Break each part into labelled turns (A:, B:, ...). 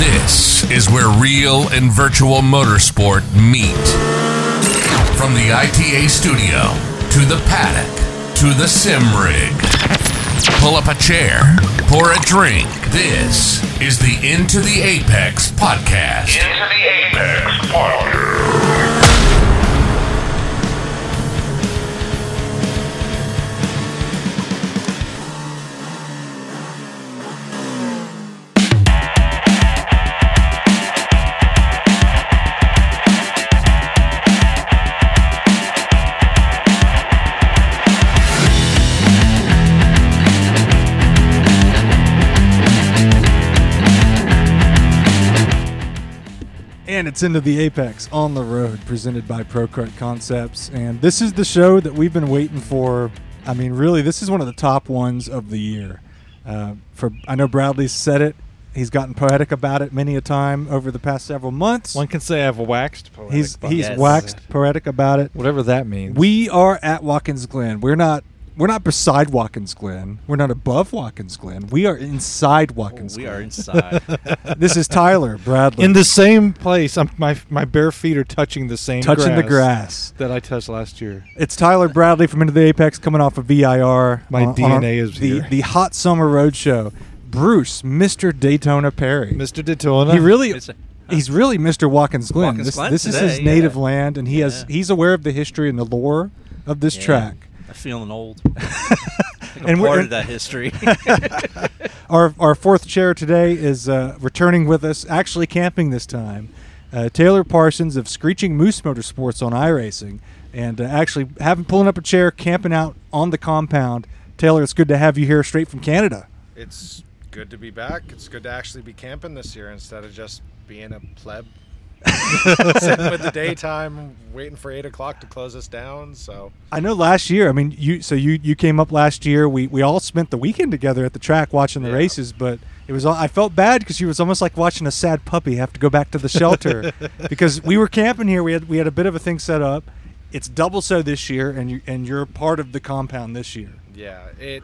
A: This is where real and virtual motorsport meet. From the ITA studio to the paddock to the sim rig. Pull up a chair, pour a drink. This is the Into the Apex podcast.
B: Into the Apex Podcast.
C: And it's into the Apex on the road, presented by ProCart Concepts. And this is the show that we've been waiting for. I mean, really, this is one of the top ones of the year. Uh, for I know Bradley's said it; he's gotten poetic about it many a time over the past several months.
D: One can say I've waxed poetic.
C: he's
D: about
C: he's
D: it.
C: waxed poetic about it.
D: whatever that means.
C: We are at Watkins Glen. We're not. We're not beside Watkins Glen. We're not above Watkins Glen. We are inside Watkins
E: We
C: Glen.
E: are inside.
C: This is Tyler Bradley
D: in the same place. I'm, my my bare feet are touching the same
C: touching the grass.
D: that I touched last year.
C: It's Tyler Bradley from Into the Apex coming off of VIR.
D: My DNA is
C: Uh, the,
D: here.
C: the Hot Summer Road Show. Bruce, Mr. Daytona Perry.
D: Mr. Daytona.
C: He really
E: Mr.
C: he's really Mr. Watkins Glen.
E: Watkins
C: this
E: Glen
C: this is
E: today,
C: his native
E: yeah.
C: land and he has
E: Yeah.
C: he's aware of the history and the lore of this
E: Yeah.
C: track.
E: I'm feeling old.
C: And
E: and
C: we're-
E: part of that history.
C: Our our fourth chair today is uh, returning with us, actually camping this time. Uh, Taylor Parsons of Screeching Moose Motorsports on iRacing, and uh, actually having pulling up a chair, camping out on the compound. Taylor, it's good to have you here, straight from Canada.
F: it's good to be back. It's good to actually be camping this year instead of just being a pleb sitting with the daytime waiting for eight o'clock to close us down. So
C: I know last year. I mean, you so you you came up last year. We we all spent the weekend together at the track watching the
F: Yeah.
C: races, but it was all, I felt bad because you was almost like watching a sad puppy have to go back to the shelter because we were camping here. We had we had a bit of a thing set up. It's double so this year, and you and you're part of the compound this year.
F: yeah, it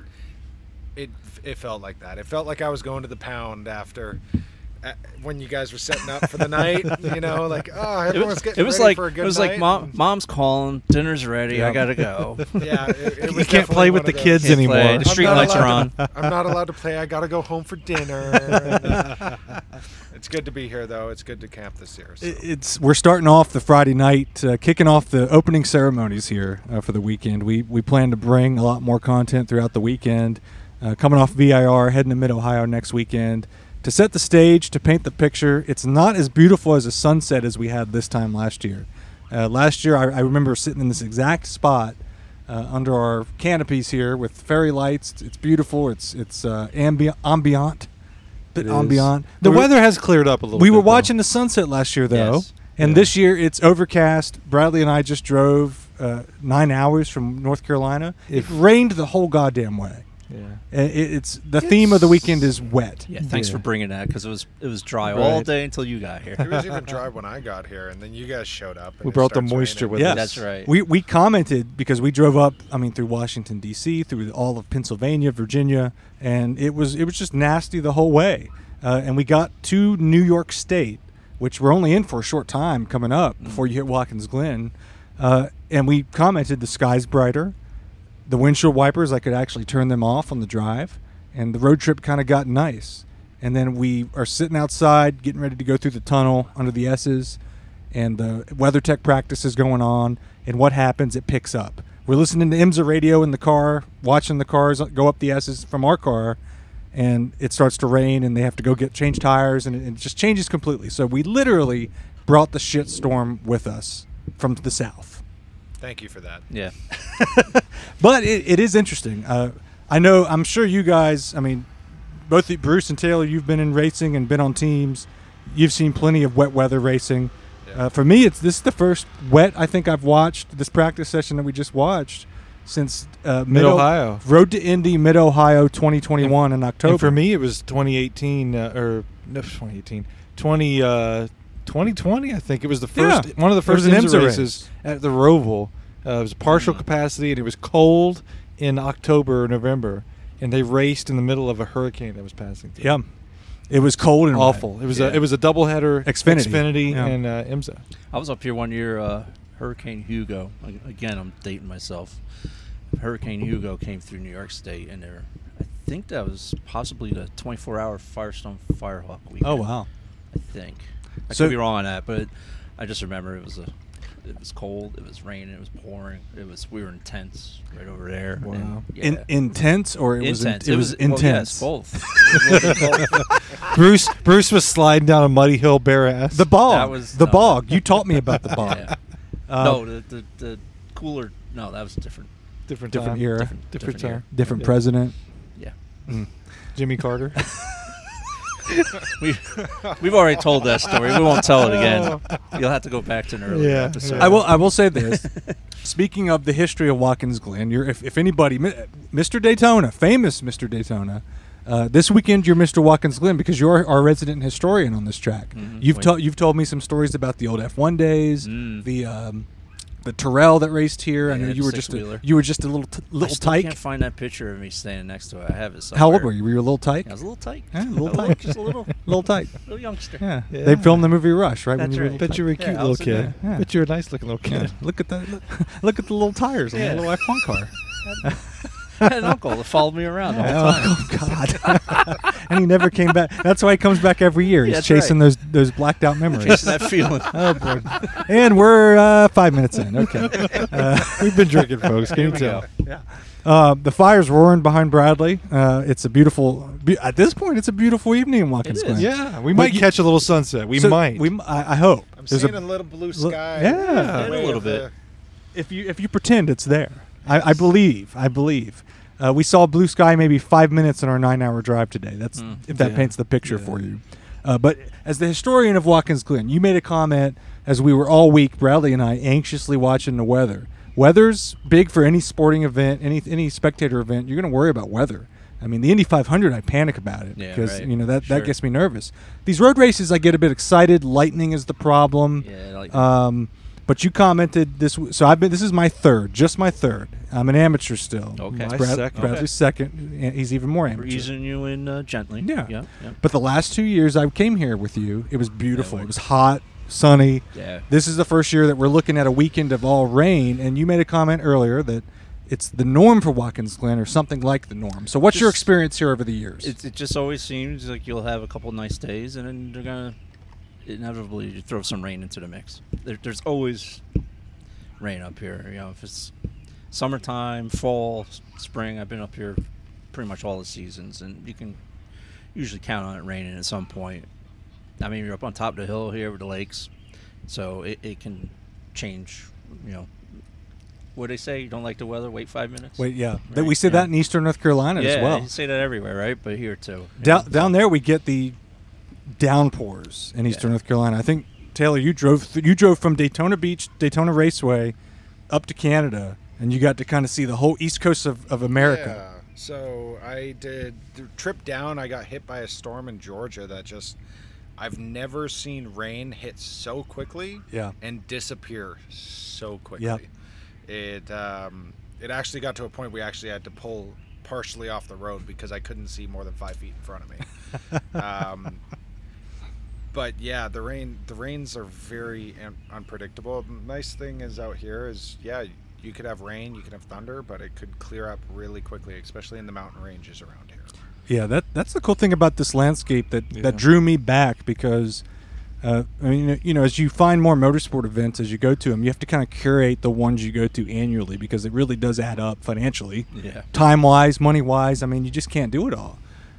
F: it it felt like that. It felt like I was going to the pound after. a- When you guys were setting up for the night, you know, like oh,
E: it
F: everyone's
E: was,
F: getting
E: it was
F: ready
E: like
F: for a good
E: it was
F: night.
E: like mom, mom's calling, dinner's ready, I gotta go.
F: Yeah, it, it
D: you
F: was
D: can't
F: definitely
D: play
F: one
D: with
F: of
D: the
F: those.
D: kids
E: Can't
D: anymore.
E: play. The
F: I'm
E: street
F: not
E: lights are on.
F: allowed to- I'm not allowed to play. I gotta go home for dinner. it's good to be here, though. It's good to camp this year. So.
C: I- It's we're starting off the Friday night, uh, kicking off the opening ceremonies here uh, for the weekend. We we plan to bring a lot more content throughout the weekend. Uh, coming off VIR, heading to Mid Ohio next weekend to set the stage, to paint the picture. It's not as beautiful as a sunset as we had this time last year. Uh, last year, I, I remember sitting in this exact spot uh, under our canopies here with fairy lights. It's, it's beautiful. It's it's uh, ambi- ambient, bit ambient.
D: The
C: We're-
D: weather has cleared up a little.
C: we
D: bit,
C: were
D: though.
C: watching the sunset last year though
E: Yes.
C: and this year it's overcast bradley and i just drove uh, nine hours from north carolina
D: If-
C: it rained the whole goddamn way
D: Yeah.
C: I- i- it's the theme of the weekend is wet
E: Yeah, thanks
D: Yeah.
E: for bringing that because it was it was dry all
D: Right.
E: day until you got here.
F: It was even dry when I got here, and then you guys showed up. And
D: We
F: it
D: brought the
F: starts
D: moisture
F: raining.
C: Yes.
D: with us.
E: That's right.
C: we, we commented because we drove up i mean through washington d.c through all of pennsylvania virginia and it was it was just nasty the whole way uh, and we got to new york state which we're only in for a short time coming up before you hit watkins glen uh, and we commented the sky's brighter the windshield wipers i could actually turn them off on the drive and the road trip kind of got nice and then we are sitting outside getting ready to go through the tunnel under the s's and the WeatherTech practice is going on. And what happens? It picks up. We're listening to IMSA radio in the car, watching the cars go up the S's from our car, and it starts to rain, and they have to go get change tires, and it, it just changes completely. So we literally brought the shit storm with us from the south.
F: Thank you for that.
E: yeah,
C: But it, it is interesting. Uh, I know. I'm sure you guys. I mean, both you- Bruce and Taylor, you've been in racing and been on teams. You've seen plenty of wet weather racing.
F: Yeah.
C: Uh, for me, it's this is the first wet I think I've watched this practice session that we just watched since uh, Mid-O-
D: Ohio.
C: Road to Indy Mid Ohio 2021 in October.
D: And for me, it was 2018 uh, or no, 2018, 20, uh, 2020. I think it was the
C: Yeah.
D: first one of the
C: It was
D: first
C: an
D: IMSA
C: IMSA race.
D: races at the Roval. Uh, it was partial capacity, and it was cold in October or November, and they raced in the middle of a hurricane that was passing through.
C: yeah. It was cold and
D: Awful.
C: wet.
D: It was
E: Yeah.
D: a it was a doubleheader.
C: Xfinity. Yeah.
D: and uh, IMSA.
E: I was up here one year, uh, Hurricane Hugo. A- Again, I'm dating myself. Hurricane Hugo came through New York State, and there, I think that was possibly the 24-hour Firestone Firehawk weekend.
C: Oh wow.
E: I think. I
C: So-
E: could be wrong on that, but I just remember it was a. It was cold. It was raining. It was pouring. It was. We were in tents right over there. and-
D: Wow.
E: yeah.
C: In, intense or it was in-
E: intense.
C: it was
E: well, yes,
C: intense.
E: both. It was both.
D: Bruce Bruce was sliding down a muddy hill bare ass.
C: the bog.
E: That was-
C: the
E: no.
C: bog. You taught me about the bog. Uh,
E: Yeah.
C: Um,
E: no, the, the the cooler. No, that was different.
D: different
C: Different
D: time.
C: era.
E: Different,
D: Different
E: different,
D: time.
E: year.
C: Different
D: Yeah. Mm.
C: president.
E: Yeah.
D: Jimmy Carter.
E: We we've already told that story. We won't tell it again. You'll have to go back to an earlier
D: Yeah,
E: episode.
D: yeah.
C: I will. I will say this. Speaking of the history of Watkins Glen, you're, if, if anybody, mi- Mr. Daytona, famous Mr. Daytona, uh, this weekend you're Mr. Watkins Glen because you're our resident historian on this track. You've
E: Mm-hmm. Wait.
C: told you've told me some stories about the old F1 days,
E: Mm.
C: the um, the Terrell that raced here. I
E: Yeah,
C: know
E: the
C: you were just a,
E: six-wheeler.
C: you were just a little t-
E: I
C: little
E: still
C: tyke.
E: can't find that picture of me standing next to it. I have it somewhere.
C: How old were you? Were you a little tyke?
E: Yeah, I was a little tight.
C: Yeah, a little tyke.
E: Just a little,
C: little tyke.
E: little youngster.
C: Yeah.
D: Yeah.
C: They filmed the movie Rush, right?
E: That's
C: you were a
E: right.
C: little
D: Bet
C: tyke.
D: you were a
E: Yeah,
D: cute
E: I
D: little
E: was in
D: kid.
C: there. Yeah.
D: Bet you're a nice looking little
C: Yeah,
D: kid.
C: look at that! Look, look at the little tires on
E: Yeah.
C: the little F1 car.
E: I had an uncle that followed me around. the whole time.
C: Oh, God! and he never came back. That's why he comes back every year. He's
E: That's
C: chasing
E: right.
C: those those blacked out memories.
E: Chasing that feeling.
C: oh boy! And we're uh, five minutes in. Okay. Uh,
D: We've been drinking, folks. Can
E: Here
D: you
E: we
D: tell?
E: go.
C: uh, the fire's roaring behind Bradley. Uh, it's a beautiful. Be- at this point, it's a beautiful evening in Watkins
E: is.
C: Glen.
D: Yeah, we
C: But
D: might
C: you-
D: catch a little sunset. We
C: So
D: might.
C: We. m- I, I hope.
F: I'm
C: There's a-
F: seeing a, little blue
C: Look-
F: sky.
C: yeah.
F: in the
E: Yeah, a
F: way
E: little
F: of the-
C: if you if you pretend it's there, I, I believe. I believe. Uh, we saw blue sky maybe five minutes in our nine-hour drive today. That's if that
D: Yeah.
C: paints the picture for you. Uh, but as the historian of Watkins Glen, you made a comment as we were all week, Bradley and I, anxiously watching the weather. Weather's big for any sporting event, any any spectator event. You're going to worry about weather. I mean, the Indy 500, I panic about it
E: Yeah,
C: because
E: right.
C: you know that, that
E: Sure.
C: gets me nervous. These road races, I get a bit excited. Lightning is the problem.
E: Yeah, like-
C: Um, but you commented this, w- so I've been. This is my third, just my third. I'm an amateur still.
E: Okay.
C: It's
E: My
C: Brad,
D: second.
C: Bradley's second. and He's even more
E: We're
C: amateur.
E: easing you in uh, gently.
C: Yeah.
E: Yeah. yeah.
C: But the last two years I came here with you, it was beautiful.
E: Yeah,
C: it
E: we-
C: was hot, sunny.
E: Yeah.
C: This is the first year that we're looking at a weekend of all rain, and you made a comment earlier that it's the norm for Watkins Glen or something like the norm. So what's your
E: Just-
C: experience here over the years?
E: It, it just always seems like you'll have a couple nice days, and then they're gonna inevitably you throw some rain into the mix. There, there's always rain up here. You know, if it's summertime, fall, s- spring, I've been up here pretty much all the seasons, and you can usually count on it raining at some point. I mean, you're up on top of the hill here with the lakes, so it, it can change. You know, what they say: you don't like the weather, wait five minutes.
C: Wait, yeah. That
E: Right,
C: we said
E: yeah.
C: that in Eastern North Carolina
E: yeah,
C: as well.
E: you say that everywhere, right? But here too. you
C: down,
E: know.
C: down there we get the downpours in eastern north carolina i think taylor you drove th- you drove from daytona beach daytona raceway up to canada and you got to kind of see the whole east coast of, of america
F: Yeah. So I did the trip down. I got hit by a storm in Georgia that just I've never seen rain hit so quickly.
C: Yeah.
F: And disappear so quickly. It um, it actually got to a point we actually had to pull partially off the road because I couldn't see more than five feet in front of me. um, but yeah, the rain the rains are very un- unpredictable. The nice thing is out here is yeah, you could have rain, you can have thunder, but it could clear up really quickly, especially in the mountain ranges around here.
C: yeah, that that's the cool thing about this landscape that
D: Yeah.
C: that drew me back because uh, I mean, you know, as you find more motorsport events as you go to them, you have to kind of curate the ones you go to annually because it really does add up financially.
E: Yeah.
C: time wise, money wise. I mean, you just can't do it all.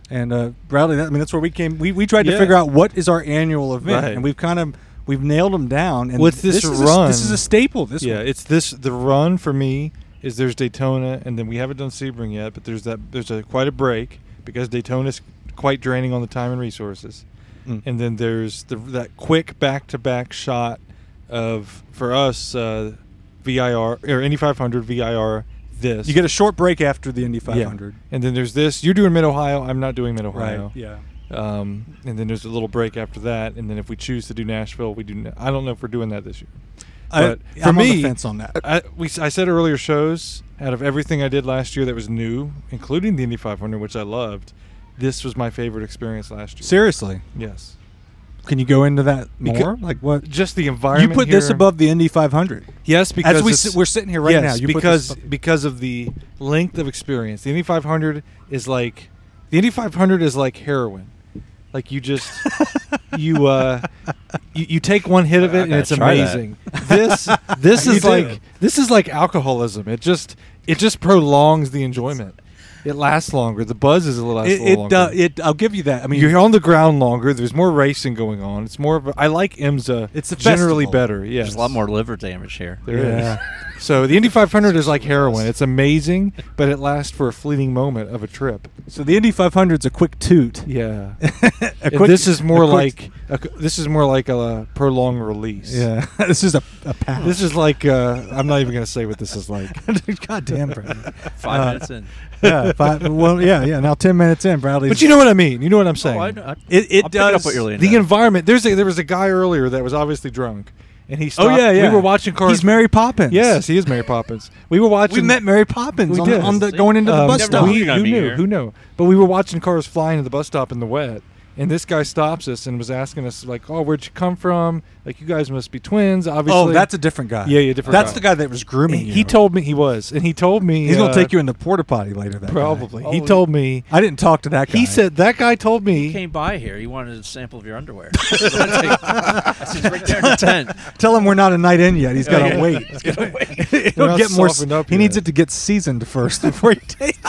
C: And uh, Bradley, that, I mean, that's where we came. We, we tried to
D: Yeah.
C: figure out what is our annual event,
D: Right.
C: and we've kind of we've nailed them down. And
D: What's this
C: is A,
D: run?
C: this is a staple. This
D: yeah,
C: one.
D: it's this. The run for me is there's Daytona, and then we haven't done Sebring yet, but there's that. There's a quite a break because Daytona's quite draining on the time and resources,
C: Mm.
D: and then there's the, that quick back-to-back shot of for us uh, VIR or any 500 VIR. This
C: you get a short break after the Indy
D: Yeah.
C: 500,
D: and then there's this. You're doing Mid Ohio. I'm not doing Mid
C: right?
D: Ohio.
C: Yeah,
D: Um, and then there's a little break after that, and then if we choose to do Nashville, we do. Na- I don't know if we're doing that this year. But
C: I,
D: for
C: I'm on the
D: me,
C: fence on that.
D: I, we, I said earlier shows out of everything I did last year that was new, including the Indy 500, which I loved. this was my favorite experience last year.
C: Seriously,
D: Yes.
C: can you go into that
D: Becau-
C: more? like what?
D: Just the
C: You
D: environment.
C: put this
D: here-
C: above the Indy 500.
D: Yes, because
C: we
D: it's-
C: sit- we're sitting here right
D: yes,
C: now, you put
D: because
C: this-
D: because of the length of experience. The Indy 500 is like the Indy 500 is like heroin. Like you just you uh you, you take one hit of
E: I
D: it and
E: gotta
D: it's
E: try that.
D: amazing. This this
C: You
D: is
C: do.
D: like this is like alcoholism. It just it just prolongs the enjoyment. It lasts longer. The buzz is a little. lasts a
C: It,
D: little
C: it,
D: longer.
C: do- it I'll give you that. I mean,
D: You're on the ground longer. There's more racing going on. It's more of a, I like IMSA.
C: It's a
D: generally
C: festival.
D: better. Yes,
E: There's a lot more liver damage here.
D: There is.
C: Yeah.
D: So the Indy 500 is like heroin. It's amazing, but it lasts for a fleeting moment of a trip.
C: so the Indy 500's a quick toot.
D: Yeah.
C: a
D: And this is more
C: a quick-
D: like a, this is more like a, uh, prolonged release.
C: Yeah, this is a, a pass.
D: This is like uh, I'm not even gonna say what this is like.
C: God damn, Bradley.
E: Five
C: Uh,
E: minutes in.
C: yeah, five, well, yeah, yeah. Now ten minutes in, Bradley.
D: But you know what I mean. You know what I'm saying.
E: Oh, I, know- I,
C: it, it
E: I'll pick it up
C: does.
E: what you're leaning
D: the
E: at.
D: environment. There's a, there was a guy earlier that was obviously drunk, and he.
C: oh
D: Stopped.
C: yeah, yeah.
D: We were watching cars.
C: He's Mary Poppins.
D: Yes, he is Mary Poppins. We were watching.
C: we met Mary Poppins.
D: We
C: on, the-
D: did.
C: on the
E: See?
C: going into the
D: Um,
C: bus
E: never
C: stop.
E: mind.
D: We,
E: You're gonna
D: who
E: be
D: knew?
E: here.
D: Who knew? But we were watching cars flying to the bus stop in the wet, and this guy stops us and was asking us like, "Oh, where'd you come from? Like, you guys must be twins, obviously."
C: Oh, that's a different guy.
D: Yeah, yeah, different
C: That's
D: guy.
C: the guy that was
D: And
C: grooming you.
D: He told me he was, and he told me
C: He's gonna
D: uh,
C: take you in the porta potty later. That guy.
D: Probably. he
E: Oh,
D: told me.
C: I didn't talk to that guy.
D: He said that guy told me.
E: he came by here. He wanted a sample of your underwear. I said, "It's right there in the tent.
C: Tell him we're not a night in yet. He's got to
E: yeah.
C: wait.
D: We're
C: He'll
D: not
C: get more.
D: softened up
C: he needs
D: yet.
C: it to get seasoned first before he takes.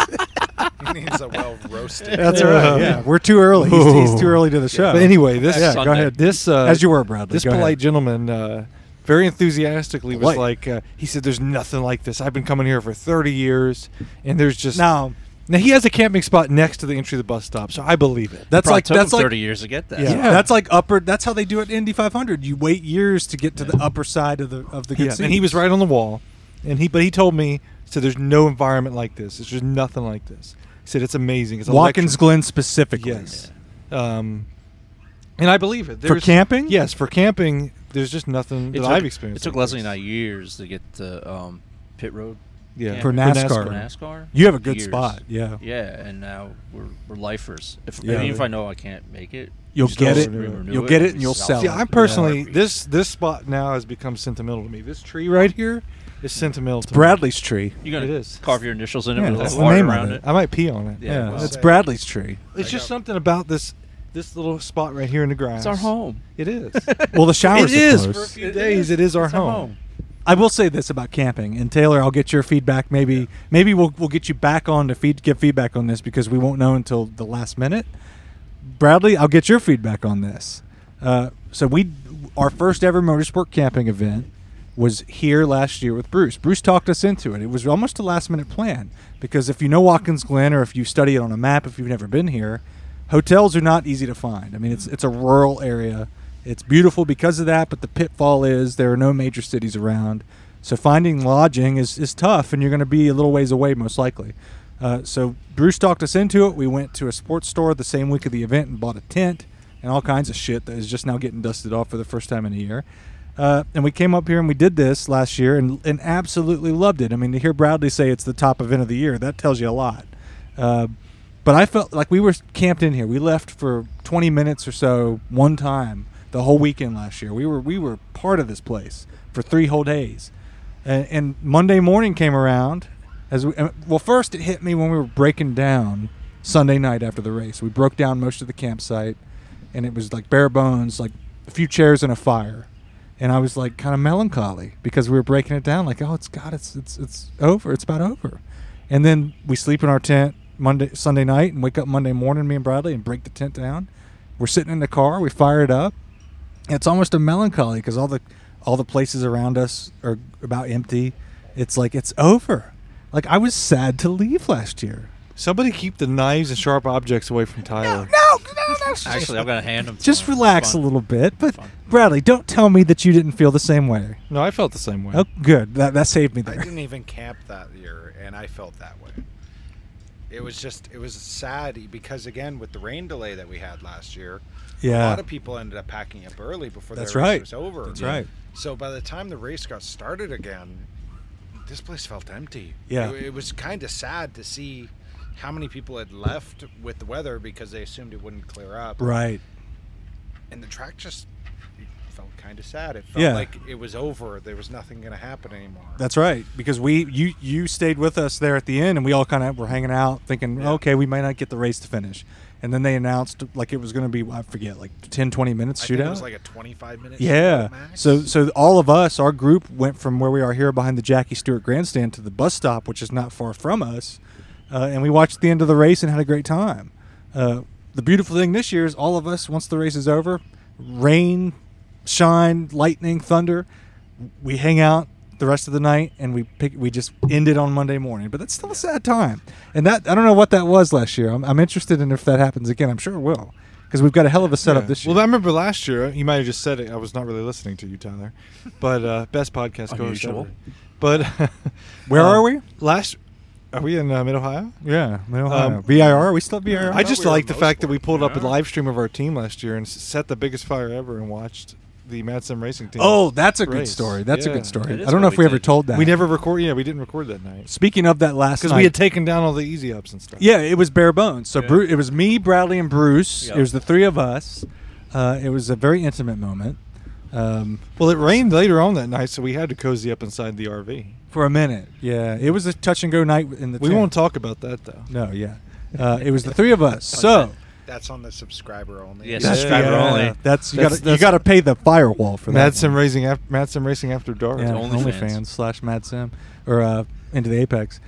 F: needs a well roasted.
C: That's
D: Yeah.
C: right. Yeah, we're too early. He's, he's too early to the show.
D: Oh. But anyway, this
E: Yeah, go Sunday. ahead.
D: This uh,
C: As you were, Bradley.
D: This
C: Go ahead.
D: polite gentleman uh, very enthusiastically was
C: Polite.
D: like, uh, he said, "There's nothing like this. I've been coming here for 30 years, and there's just
C: now
D: Now he has a camping spot next to the entry of the bus stop, so I believe it.
C: that's
E: Probably
C: like
E: took
C: that's
E: him
C: like
E: 30 years to get that.
C: Yeah.
D: Yeah.
C: that's like upper. That's how they do it in Indy 500. You wait years to get to the upper side of the of the good
D: yeah. And he was
C: seats.
D: right on the wall, and he but he told me so there's no environment like this. There's just nothing like this. He said it's amazing. It's
C: Watkins
D: electric."
C: Glen specifically.
D: Yes. Um, and I believe it.
C: For
D: There's-
C: camping?
D: Yes, for camping. There's just nothing that
E: took,
D: I've experienced.
E: It took
D: like
E: Leslie and
D: this.
E: I years to get to um, pit road.
D: Yeah.
E: Yeah.
C: For
E: For
C: NASCAR.
E: for NASCAR.
C: You have a good
E: Years.
C: spot. Yeah.
E: Yeah, and now we're, we're lifers. If
C: Yeah.
E: even if I know I can't make it,
C: You'll
E: we still
C: get it.
E: re- renew
C: You'll get it
E: we
C: and you'll sell
D: See,
C: it.
D: I'm personally this this spot now has become sentimental to me. This tree right here is sentimental to
C: Bradley's tree.
E: You're gonna
D: It is.
E: carve your initials in it
C: Yeah,
E: with a
C: that's
E: little
C: the
E: water
C: name of
E: around
C: it.
E: it.
D: me. I might pee on it.
E: Yeah,
C: Yeah,
E: well,
C: that's
F: say-
C: Bradley's tree.
D: It's
F: I
D: just
F: got-
D: something about this this little spot right here in the grass.
E: It's our home.
D: It is.
C: Well, the
D: it
C: showers are
D: is. For a
C: close.
D: few days, it is our
E: It's
D: home.
C: I will say this about camping, and Taylor, I'll get your feedback. Maybe maybe we'll we'll get you back on to feed give feedback on this because we won't know until the last minute. Bradley, I'll get your feedback on this. Uh, so we our first ever motorsport camping event was here last year with Bruce. Bruce talked us into it. It was almost a last minute plan because if you know Watkins Glen or if you study it on a map, if you've never been here, hotels are not easy to find. I mean, it's it's a rural area. It's beautiful because of that, but the pitfall is there are no major cities around. So finding lodging is, is tough, and you're going to be a little ways away most likely. Uh, so Bruce talked us into it. We went to a sports store the same week of the event and bought a tent and all kinds of shit that is just now getting dusted off for the first time in a year. Uh, and we came up here and we did this last year and, and absolutely loved it. I mean, to hear Bradley say it's the top event of the year, that tells you a lot. Uh, but I felt like we were camped in here. We left for 20 minutes or so one time the whole weekend last year. We were we were part of this place for three whole days, and, and Monday morning came around. As we, and- well, first it hit me when we were breaking down Sunday night after the race. We broke down most of the campsite, and it was like bare bones, like a few chairs and a fire. And I was like kind of melancholy because we were breaking it down, like, oh, it's God, it's it's it's over, it's about over. And then we sleep in our tent Monday, Sunday night, and wake up Monday morning, me and Bradley, and break the tent down. We're sitting in the car, we fire it up. and It's almost a melancholy because all the all the places around us are about empty. It's like it's over. Like I was sad to leave last year.
D: Somebody keep the knives and sharp objects away from Tyler.
C: No, no, no.
E: Actually, I've got to hand them. to
C: just
E: him. It's
C: relax a
E: fun.
C: little bit. But
E: Fun.
C: Bradley, don't tell me that you didn't feel the same way.
D: No, I felt the same way.
C: Oh, good. That that saved me
F: I
C: there.
F: didn't even camp that year, and I felt that way. It was just, it was sad e, because again, with the rain delay that we had last year, a
C: Yeah.
F: lot of people ended up packing up early before
C: That's
F: their race
C: right.
F: was over.
C: That's right.
F: So by the time the race got started again, this place felt empty.
C: Yeah.
F: It, it was kind of sad to see how many people had left with the weather because they assumed it wouldn't clear up.
C: Right.
F: And the track just it felt kind of sad. It felt
C: Yeah.
F: like it was over. There was nothing going to happen anymore.
C: That's right. Because we you you stayed with us there at the end, and we all kind of were hanging out, thinking, okay, we might not get the race to finish. And then they announced like it was going to be I forget like 10, 20 minutes
F: I
C: shootout.
F: think it was like a 25 minute
C: yeah.
F: shootout max.
C: So so all of us, our group went from where we are here behind the Jackie Stewart Grandstand to the bus stop, which is not far from us, uh, and we watched the end of the race and had a great time. Uh, the beautiful thing this year is all of us, once the race is over, rain, shine, lightning, thunder, we hang out the rest of the night and we pick we just end it on Monday morning. But that's still a sad time, and that I don't know what that was last year. I'm, I'm interested in if that happens again. I'm sure it will. Because we've got a hell of a setup
D: Yeah.
C: this year.
D: Well, I remember last year. uh, You might have just said it. I was not really listening to you, Tyler. But uh, best podcast co-host
E: Unusual.
D: ever. But
C: Where
D: uh,
C: are we?
D: Last, are we in uh, Mid Ohio?
C: Yeah, Middle
D: Um,
C: Ohio. VIR. We still have VIR.
D: I just
F: we were
D: like the
F: most
D: fact that we
F: likely,
D: pulled up a
F: yeah.
D: live stream of our team last year and s- set the biggest fire ever and watched the Mad Sim Racing team.
C: Oh, that's a good
D: Race.
C: story. That's a
D: Yeah.
C: good story.
E: It is
C: I don't know
E: what
C: if
E: we
C: we ever
E: did.
C: told that.
D: we never record. Yeah, we didn't record that night
C: Speaking of that last
D: because
C: night,
D: we had taken down all the easy ups and stuff.
C: yeah, it was bare bones. So Bru- it was me, Bradley, and Bruce.
E: Yeah.
C: It was the three of us. Uh, it was a very intimate moment um,
D: Well, it rained later on that night, so we had to cozy up inside the RV.
C: for a minute. Yeah, it was a touch and go night in the.
D: We
C: tent.
D: won't talk about that though.
C: No, yeah, uh, it was the three of us. So uh,
F: that's on the subscriber only.
E: Yes,
D: That's
E: subscriber
D: right.
E: only.
C: That's you got
D: That's-
C: to you
D: that's-
C: got to pay the firewall for that.
D: Mad
C: one.
D: Sim Racing, after, Mad Sim Racing after dark.
C: Yeah,
E: Only
C: OnlyFans
E: fans.
C: slash Mad Sim or uh, into the Apex.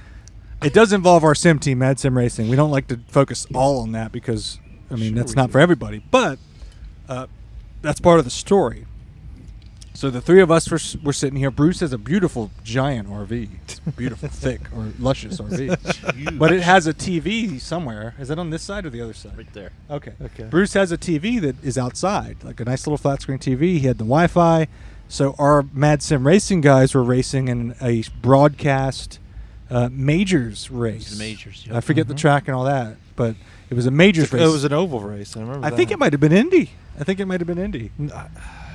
C: It does involve our sim team, Mad Sim Racing. We don't like to focus all on that because I mean
D: Sure
C: that's
D: we
C: not
D: do.
C: for everybody, but uh, that's part of the story. So the three of us were, s- were sitting here. Bruce has a beautiful giant RV, it's a beautiful, thick or luscious RV, but it has a TV somewhere. Is that on this side or the other side?
E: right there.
C: Okay.
D: Okay.
C: Bruce has a TV that is outside, like a nice little flat screen TV. He had the Wi Fi. So our Mad Sim Racing guys were racing in a broadcast uh, majors race.
E: majors,
C: I
E: yep.
C: forget the track and all that, but it was a majors race.
D: It mm-hmm. was an oval race. I remember.
C: I
D: that.
C: think it might have been Indy. I think it might have been Indy.
D: N- uh,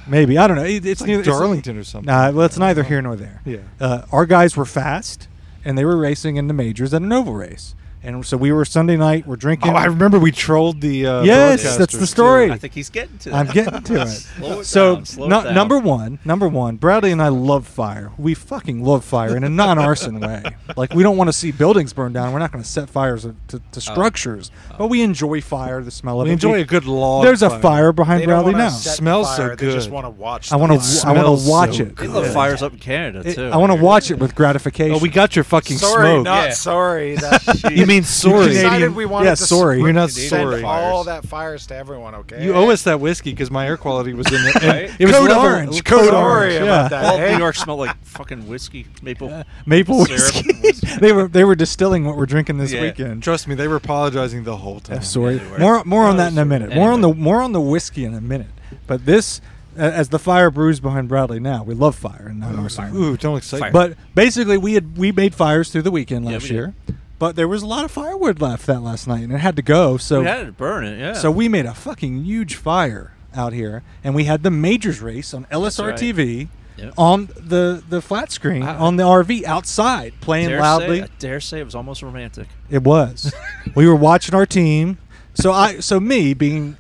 C: Maybe I don't know. It- it's
D: like
C: neither, it's-
D: Darlington or something. Uh-huh.
C: Nah, well, it's neither here nor there.
D: Yeah.
C: uh, our guys were fast, and they were racing in the majors at an oval race. And so we were Sunday night. We're drinking.
D: Oh, I remember we trolled the. Uh,
C: Yes, that's the
D: broadcasters,
C: story.
D: too.
E: I think he's getting to.
C: I'm
E: that.
C: getting to it.
E: Slow it
C: so,
E: down, slow it
C: nu-
E: down.
C: number one, number one, Bradley and I love fire. We fucking love fire in a non-arson way. Like we don't want to see buildings burn down. We're not going to set fires to, to,
E: Oh.
C: to structures, but we enjoy fire, the smell of
D: We
C: it.
D: enjoy a good log.
C: There's a fire behind
F: They don't
C: Bradley
F: wanna
C: now.
F: set
D: Smells so
F: fire, They just
D: good.
F: want to watch.
C: I
F: the
C: want
F: fire.
C: to. I want
D: smells
C: to watch
D: so
C: it.
E: They love
D: Yeah.
E: fires up in Canada too.
C: I want to watch it with gratification.
D: Oh, we got your fucking
F: Sorry,
D: smoke.
F: not
E: Yeah.
F: sorry. That
D: You mean sorry?
C: Canadian-
F: decided we wanted
C: yeah,
F: to
C: sorry.
F: spread-
D: You're not
F: send
D: sorry.
F: all that fires to everyone. Okay.
D: You owe us that whiskey because my air quality was in the.
E: Right?
D: It was
C: Code
D: level-
C: orange, code
F: Sorry
C: orange,
F: about
C: yeah.
F: that.
E: All of
F: Hey,
E: New York smelled like fucking whiskey, maple.
C: maple
E: Syrup
C: whiskey.
E: and whiskey.
C: they were they were distilling what we're drinking this
E: Yeah.
C: weekend.
D: Trust me, they were apologizing the whole time.
C: I'm sorry.
E: they were.
C: More more on that in a minute. More on the
E: Oh, Anyway.
C: more on the whiskey in a minute. But this, a- as the fire brews behind Bradley now, we love fire and not arson.
D: Ooh, don't excite me.
C: But basically, we had we made fires through the weekend
E: Yeah,
C: last
E: we did.
C: year, but there was a lot of firewood left that last night, and it had to go. So
E: we had to burn it. Yeah.
C: so we made a fucking huge fire out here, and we had the majors race on LSR
E: right.
C: TV
E: Yep.
C: on the the flat screen
E: Ah.
C: on the RV outside playing
E: dare
C: loudly.
E: Say, I dare say it was almost romantic.
C: It was. we were watching our team. So I so me being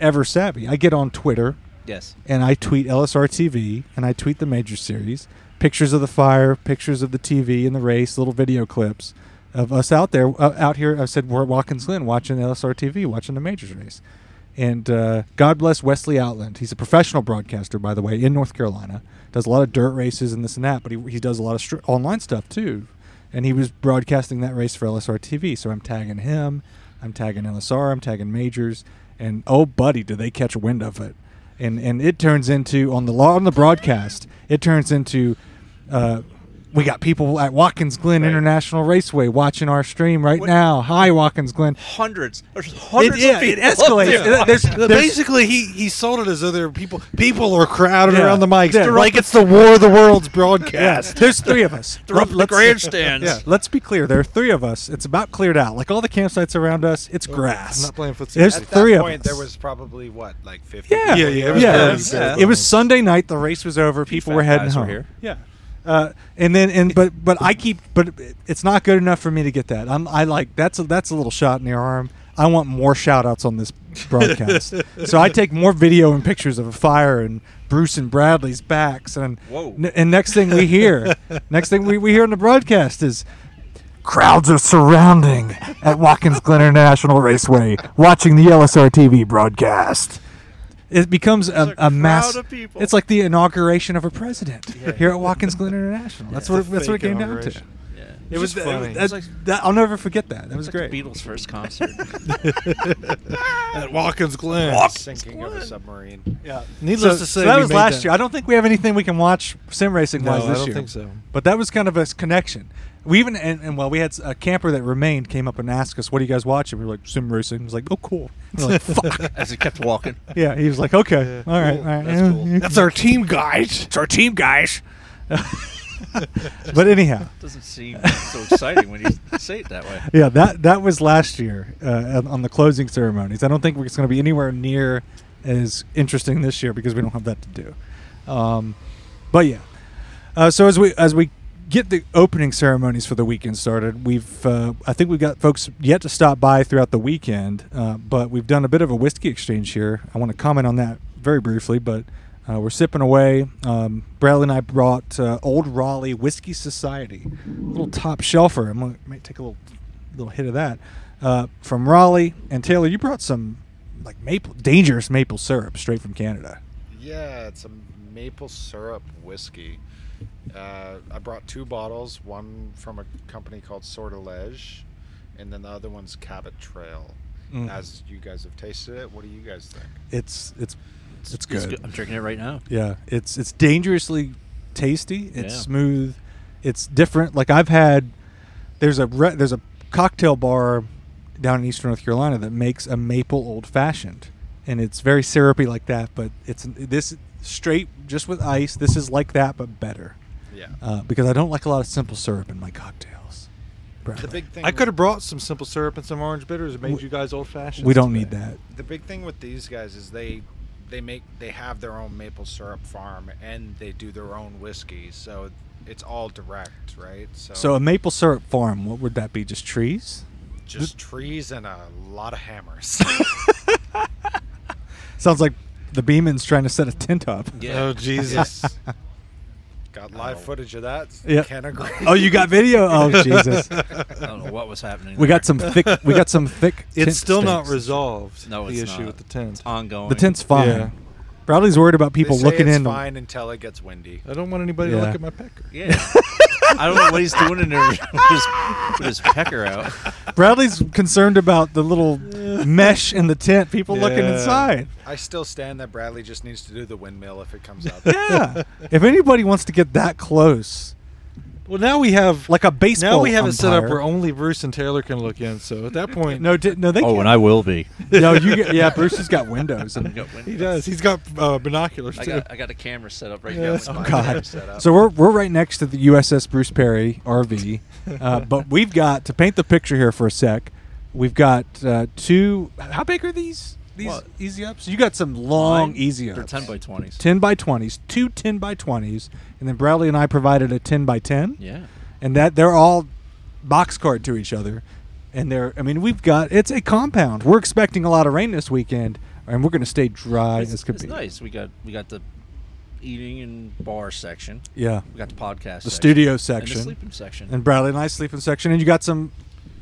C: ever savvy, I get on Twitter
E: Yes.
C: and I tweet LSR TV and I tweet the major series, pictures of the fire, pictures of the TV and the race, little video clips of us out there uh, out here. I said we're at Watkins Glen watching LSR TV, watching the majors race. And uh, God bless Wesley Outland. He's a professional broadcaster, by the way, in North Carolina. Does a lot of dirt races and this and that, but he, he does a lot of str- online stuff too. And he was broadcasting that race for LSR TV. So I'm tagging him, I'm tagging LSR, I'm tagging majors. And oh, buddy, do they catch wind of it and and it turns into on the law on the broadcast it turns into uh, we got people at Watkins Glen International Raceway watching our stream right now. Hi, Watkins Glen.
E: Hundreds. There's hundreds
C: yeah,
E: of people.
C: it escalates.
E: up there.
C: It- there's-
D: But Basically, he, he sold it as though there were people people are crowded
C: Yeah.
D: around the mics
C: Yeah.
D: They're like it's the War of the Worlds broadcast.
C: There's three of us.
E: They're up in the
C: Let's-
E: grandstands.
C: Yeah, Uh, let's be clear. There are three of us. It's about cleared out. Like all the campsites around us, it's grass.
D: I'm not playing footsie.
C: There's
F: At
C: three
F: that
C: of
F: point,
C: us.
F: there was probably what, like fifty.
C: Yeah,
D: yeah,
F: people here?
D: it was
E: Yeah. pretty bad.
C: It was Sunday night. The race was over. People
E: fat
C: were heading
E: guys were
C: home.
E: here.
C: Yeah. Uh, and then and but but I keep but it's not good enough for me to get that. I'm I like that's a, that's a little shot in the arm. I want more shout outs on this broadcast. so I take more video and pictures of a fire and Bruce and Bradley's backs and
F: Whoa.
C: n- and next thing we hear, next thing we, we hear in the broadcast is crowds are surrounding at Watkins Glen International Raceway watching the LSR TV broadcast. It becomes a, a,
E: crowd
C: mass.
E: of people.
C: It's like the inauguration of a president here at Watkins Glen International. That's what it, that's what it
D: fake
C: came down to.
D: inauguration.
E: Yeah. It
C: It was,
D: Just funny.
C: that- that- I'll never forget that. That was
E: like
C: great.
E: the Beatles' first concert.
D: at Watkins Glen.
F: sinking of a submarine.
C: Yeah.
D: Needless
C: so,
D: to say,
C: so that
D: we
C: was
D: made
C: last
D: that.
C: year. I don't think we have anything we can watch sim racing wise
D: No, I
C: this
D: don't
C: year.
D: think so.
C: But that was kind of a s- connection. We even and, and well, we had s- a camper that remained came up and asked us, "What are you guys watching?" We were like, "Sim racing." He was like, "Oh, cool." We were like, "Fuck."
E: As he kept walking.
C: yeah, he was like, "Okay, all right, all right."
E: That's cool.
D: That's our team guide.
C: It's our team, guys. but anyhow,
E: Doesn't seem so exciting when you say it that way.
C: yeah, that that was last year uh, on- on the closing ceremonies. I don't think it's going to be anywhere near as interesting this year because we don't have that to do. Um, but yeah, uh, so as we as we get the opening ceremonies for the weekend started, we've uh, I think we've got folks yet to stop by throughout the weekend, uh, but we've done a bit of a whiskey exchange here. I want to comment on that very briefly, but. Uh, we're sipping away. Um, Bradley and I brought uh, Old Raleigh Whiskey Society, a little top shelfer. I might, might take a little little hit of that uh, from Raleigh. And Taylor, you brought some like maple, dangerous maple syrup straight from Canada.
F: Yeah, it's a maple syrup whiskey. Uh, I brought two bottles, one from a company called Sortilege, and then the other one's Cabot Trail.
C: Mm.
F: As you guys have tasted it, what do you guys think?
C: It's it's it's,
E: It's
C: good.
E: good. I'm drinking it right now.
C: Yeah, it's it's dangerously tasty. It's
E: Yeah.
C: smooth. It's different. Like I've had there's a re- there's a cocktail bar down in Eastern North Carolina that makes a maple old fashioned, and it's very syrupy like that. But it's this straight just with ice. This is like that but better.
F: Yeah.
C: uh, because I don't like a lot of simple syrup in my cocktails. Bradley.
F: the big thing.
D: I could have brought some simple syrup and some orange bitters and made you guys old fashioned.
C: we don't need that.
F: the big thing with these guys is they they make they have their own maple syrup farm and they do their own whiskey, so it's all direct, right? So,
C: So um, a maple syrup farm, what would that be? Just trees?
F: just trees and a lot of hammers.
C: Sounds like the Beeman's trying to set a tent up.
D: Oh Jesus!
F: Got live footage of that.
C: Yeah.
F: Can't agree.
C: Oh, you got video? Oh, Jesus!
E: I don't know what was happening.
C: We got some
E: there.
C: thick. We got some thick. tent
D: it's still not
C: stakes.
D: resolved.
E: No,
D: the
E: it's
D: issue
E: not.
D: with the tent.
E: It's ongoing.
C: The tent's fine.
D: Yeah.
C: Bradley's worried about
F: They
C: people
F: say
C: looking
F: it's
C: in.
F: fine until it gets windy.
D: I don't want anybody
C: Yeah.
D: to look at my pecker.
E: Yeah. I don't know what he's doing in there with his, with his pecker out.
C: Bradley's concerned about the little mesh in the tent. People looking
D: Yeah.
C: inside.
F: I still stand that Bradley just needs to do the windmill if it comes up.
C: Yeah. if anybody wants to get that close,
D: Well, now we have
C: like a baseball.
D: now we have it set up
C: umpire-
D: where only Bruce and Taylor can look in. So at that point,
C: No, di- no, they. can't.
E: Oh, I will be.
C: No, you get, yeah, Bruce has got windows. And,
D: he does. He's got uh, binoculars
E: I
D: too.
E: got, I got a camera set up right
D: Yeah,
E: now.
D: that's
E: with
F: fine.
E: my-
C: Oh, God.
F: Set up.
C: So we're, we're right next to the USS Bruce Perry RV. Uh, but we've got, to paint the picture here for a sec, we've got uh, two. How big are these? These
E: What?
C: easy ups? You got some long
E: Mine,
C: easy ups.
E: They're 10 by 20s.
C: 10 by 20s, two 10 by 20s. And then Bradley and I provided a 10 by 10.
E: Yeah.
C: And that they're all box card to each other. And they're, I mean, we've got, it's a compound. We're expecting a lot of rain this weekend. And we're going to stay dry
E: It's,
C: as could
E: it's
C: be.
E: nice. We got we got the eating and bar section.
C: Yeah.
E: We got the podcast.
C: The
E: section.
C: studio
E: And the
C: section.
E: sleeping section.
C: and Bradley and I sleep in section, and you got some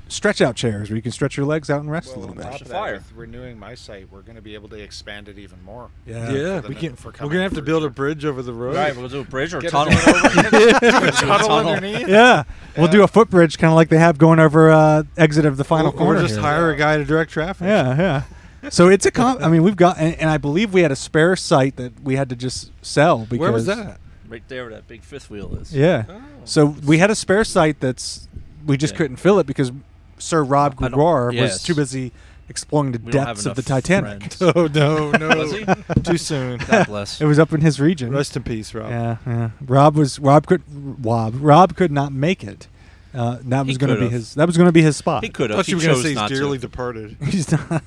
C: stretch out chairs where you can stretch your legs out and rest a
F: Well,
C: little
F: on
C: bit.
F: top of
E: Fire.
F: that, with renewing my site, we're going to be able to expand it even more.
C: Yeah.
D: yeah,
F: For
D: we
F: the-
D: can.
F: for
D: We're
F: coming
D: gonna have to
F: through.
D: build a bridge over the road.
E: right, we'll do a bridge or a
F: Get
E: tunnel.
F: a
E: tunnel.
F: tunnel underneath.
C: Yeah, we'll do a footbridge, kind of like they have going over uh, exit of the final
D: Or, or
C: corner.
D: just
C: here.
D: hire a guy to direct traffic.
C: Yeah, yeah. So it's a com. I mean, we've got, and, and I believe we had a spare site that we had to just sell. Because,
D: Where was that?
E: right there where that big fifth wheel is.
C: Yeah.
D: Oh.
C: So we had a spare site that's we just
E: Yeah.
C: couldn't fill it because Sir Rob
E: I don't-
C: Goudoir was
E: yes.
C: too busy exploring the
E: We don't have
C: depths of the
E: enough
C: Titanic.
E: friends.
D: Oh no,
E: Was he?
D: no. Too soon.
E: God bless.
C: It was up in his region.
D: Rest in peace, Rob.
C: Yeah, yeah. Rob was Rob could Rob Rob could not make it. Uh, that was going to be
E: could've.
C: his. That was going to be his spot.
E: He could
D: I thought
E: have. He
D: you were gonna
E: chose
D: say he's
E: not
D: dearly
E: to.
D: departed.
C: He's not,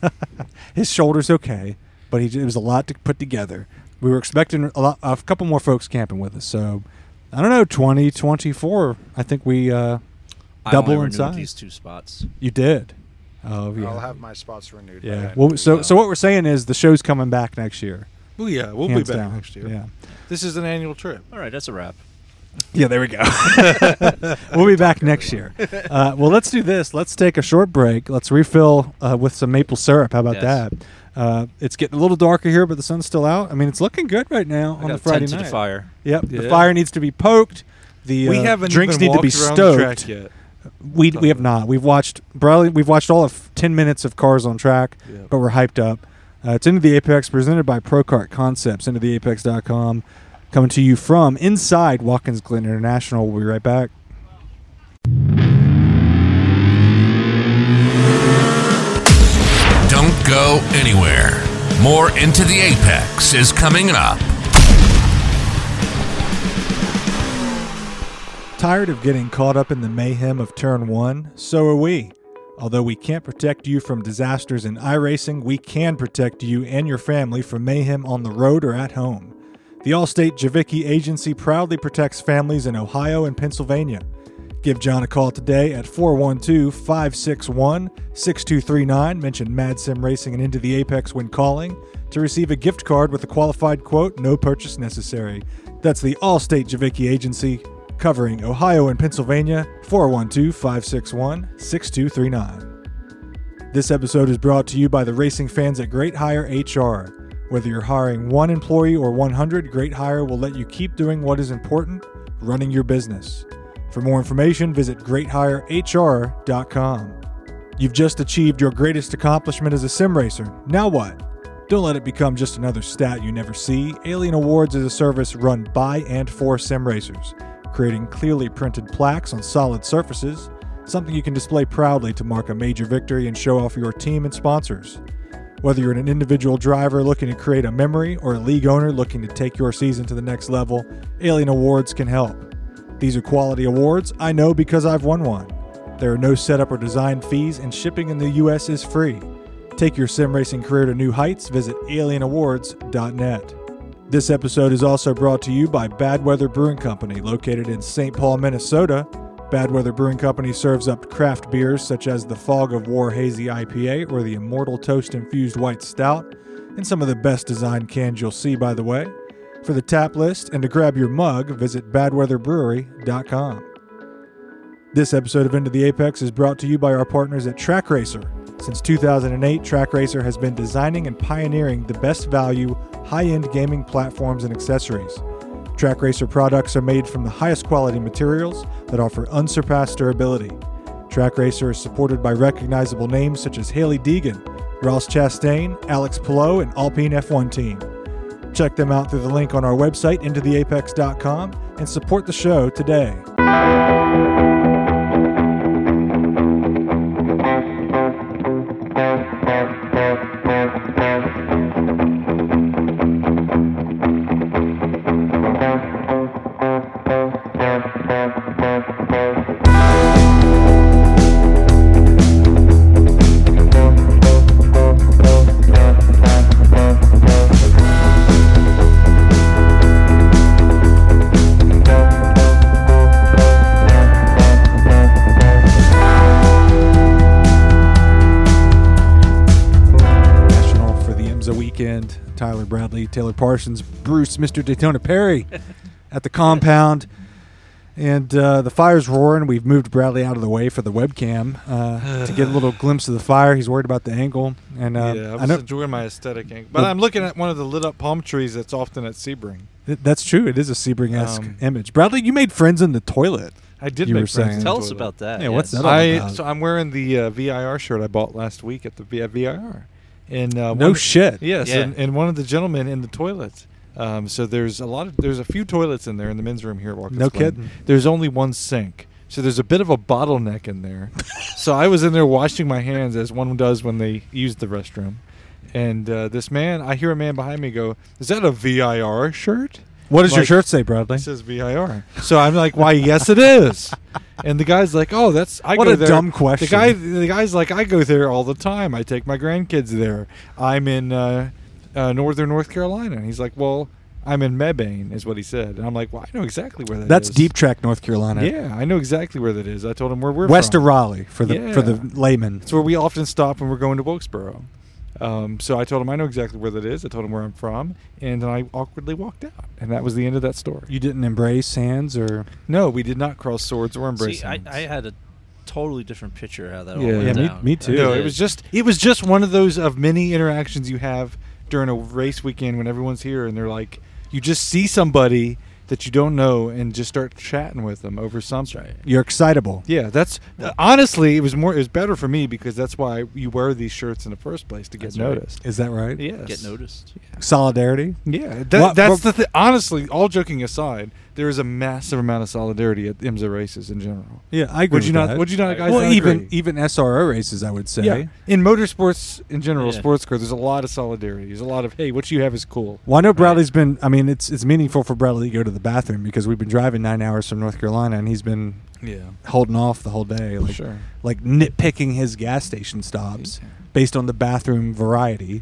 C: his shoulders okay, but he j- it was a lot to put together. We were expecting a lot, a couple more folks camping with us, so
D: I don't know, 2024. I think we uh,
E: I
D: double
E: only
D: in
E: renewed
D: size.
E: These two spots.
D: You did. Oh yeah.
F: I'll have my spots renewed.
D: yeah.
F: by then.
D: Well, so so what we're saying is the show's coming back next year.
C: Well, yeah, we'll
D: hands
C: be back
D: down.
C: next year.
D: Yeah.
C: This is an annual trip.
E: All right, that's a wrap.
D: Yeah, there we go. we'll be back next year. Uh, well, let's do this. Let's take a short break. Let's refill uh, with some maple syrup. How about
E: Yes.
D: that? Uh, it's getting a little darker here, but the sun's still out. I mean, it's looking good right now
E: I
D: on
E: got
D: the Friday
E: tent to
D: night.
E: the fire.
D: Yep, the
C: Yeah.
D: fire needs to be poked. The
C: we
D: uh,
C: haven't
D: drinks
C: even
D: need to be
C: walked around the track
D: stoked.
C: yet.
D: We we have not. We've watched probably we've watched all of ten minutes of Cars on Track,
C: Yeah.
D: but we're hyped up. Uh, it's Into the Apex, presented by Procart Concepts. Into the Apex.com, coming to you from inside Watkins Glen International. We'll be right back.
A: Don't go anywhere. More Into the Apex is coming up.
D: Tired of getting caught up in the mayhem of turn one? So are we. Although we can't protect you from disasters in iRacing, we can protect you and your family from mayhem on the road or at home. The Allstate Javicki Agency proudly protects families in Ohio and Pennsylvania. Give John a call today at 412 561 6239. Mention MadSim Racing and Into the Apex when calling to receive a gift card with a qualified quote, no purchase necessary. That's the Allstate Javicki Agency covering Ohio and Pennsylvania, 412 561 6239. This episode is brought to you by the racing fans at Great Hire HR. Whether you're hiring one employee or 100, Great Hire will let you keep doing what is important running your business. For more information, visit greathirehr.com. You've just achieved your greatest accomplishment as a sim racer. Now what? Don't let it become just another stat you never see. Alien Awards is a service run by and for sim racers, creating clearly printed plaques on solid surfaces, something you can display proudly to mark a major victory and show off your team and sponsors. Whether you're an individual driver looking to create a memory or a league owner looking to take your season to the next level, Alien Awards can help. These are quality awards I know because I've won one. There are no setup or design fees, and shipping in the U.S. is free. Take your sim racing career to new heights. Visit alienawards.net. This episode is also brought to you by Bad Weather Brewing Company, located in St. Paul, Minnesota. Bad Weather Brewing Company serves up craft beers such as the Fog of War Hazy IPA or the Immortal Toast Infused White Stout, and some of the best designed cans you'll see, by the way. For the tap list and to grab your mug, visit badweatherbrewery.com. This episode of Into the Apex is brought to you by our partners at Track Racer. Since 2008, Track Racer has been designing and pioneering the best value, high end gaming platforms and accessories. Track Racer products are made from the highest quality materials that offer unsurpassed durability. Track Racer is supported by recognizable names such as Haley Deegan, Ross Chastain, Alex Pillow, and Alpine F1 team. Check them out through the link on our website, intotheapex.com, and support the show today. National for the IMSA weekend. Tyler Bradley, Taylor Parsons, Bruce, Mr. Daytona Perry at the compound. And uh, the fire's roaring. We've moved Bradley out of the way for the webcam uh, to get a little glimpse of the fire. He's worried about the angle. And uh,
C: yeah, I
D: I,
C: was
D: know
C: enjoying my aesthetic, ang- but
D: Well-
C: I'm looking at one of the lit up palm trees that's often at Sebring.
D: th- that's true. It is a Sebring esque
C: Um,
D: image. Bradley, you made friends in the toilet.
C: I did
D: You
C: make
D: were
C: friends
D: saying-
C: in
E: Tell
C: the
E: us
C: toilet.
E: about that.
D: Yeah, what's
E: yes.
D: that all
C: I
D: about?
C: so I'm wearing the uh, VIR shirt I bought last week at the v- at VIR, and uh,
D: No
C: one-
D: shit.
C: Yes,
E: Yeah.
C: and, and one of the gentlemen in the toilet. Um, so there's a lot of there's a few toilets in there in the men's room here. At Watkins
D: No
C: Glen. Mm-hmm.
D: kidding.
C: There's only one sink, so there's a bit of a bottleneck in there. so I was in there washing my hands as one does when they use the restroom, and uh, this man, I hear a man behind me go, "Is that a VIR shirt?"
D: What does your
C: Like-
D: shirt say, Bradley?
C: It says VIR. So I'm like, why? Yes, it is. And the guy's like, oh, that's I
D: What
C: go
D: a
C: there-
D: dumb question.
C: The guy, the guy's like, I go there all the time. I take my grandkids there. I'm in uh, uh, northern North Carolina. And he's like, well,
D: I'm in Mebane, is what he said. And I'm like, well, I know exactly where that
C: That's
D: is."
C: Deep Track, North Carolina.
D: Yeah, I know exactly where that is. I told him where we're
C: West
D: from.
C: of Raleigh for the for the
D: Yeah.
C: layman.
D: It's where we often stop when we're going to Wilkesboro. Um, so I told him I know exactly where that is. I told him where I'm from, and then I awkwardly walked out, and that was the end of that story.
C: You didn't embrace Sands or
D: no, we did not cross swords or embrace.
E: See, I,
D: hands.
E: I had a totally different picture how that all
D: Yeah.
E: went
D: Yeah, me-
E: down.
C: me too.
E: I
D: No,
E: did.
D: it was just it was just one of those of many interactions you have during a race weekend when everyone's here and they're like you just see somebody that you don't know and just start chatting with them over something.
E: right.
C: you're excitable.
D: Yeah, that's honestly it was more it was better for me because that's why you wear these shirts in the first place to get
E: That's right.
D: noticed.
C: Is that right?
D: Yes.
E: get noticed.
C: Solidarity.
D: Yeah, that,
C: Well,
D: that's
C: well-
D: the thing. Honestly, all joking aside, there is a massive amount of solidarity at IMSA races in general.
C: Yeah, I agree.
D: Would you
C: with
D: not-
C: that.
D: would you not guys
C: Well,
D: not
C: even
D: agree?
C: even SRO races, I would say.
D: Yeah, in motorsports in general,
E: Yeah.
D: sports car, there's a lot of solidarity. There's a lot of hey, what you have is cool.
C: Well, I know Bradley's been. I mean, it's it's meaningful for Bradley to go to the bathroom because we've been driving nine hours from North Carolina, and he's been
D: Yeah,
C: holding off the whole day, like
D: Sure.
C: like nitpicking his gas station stops
D: Yeah.
C: based on the bathroom variety.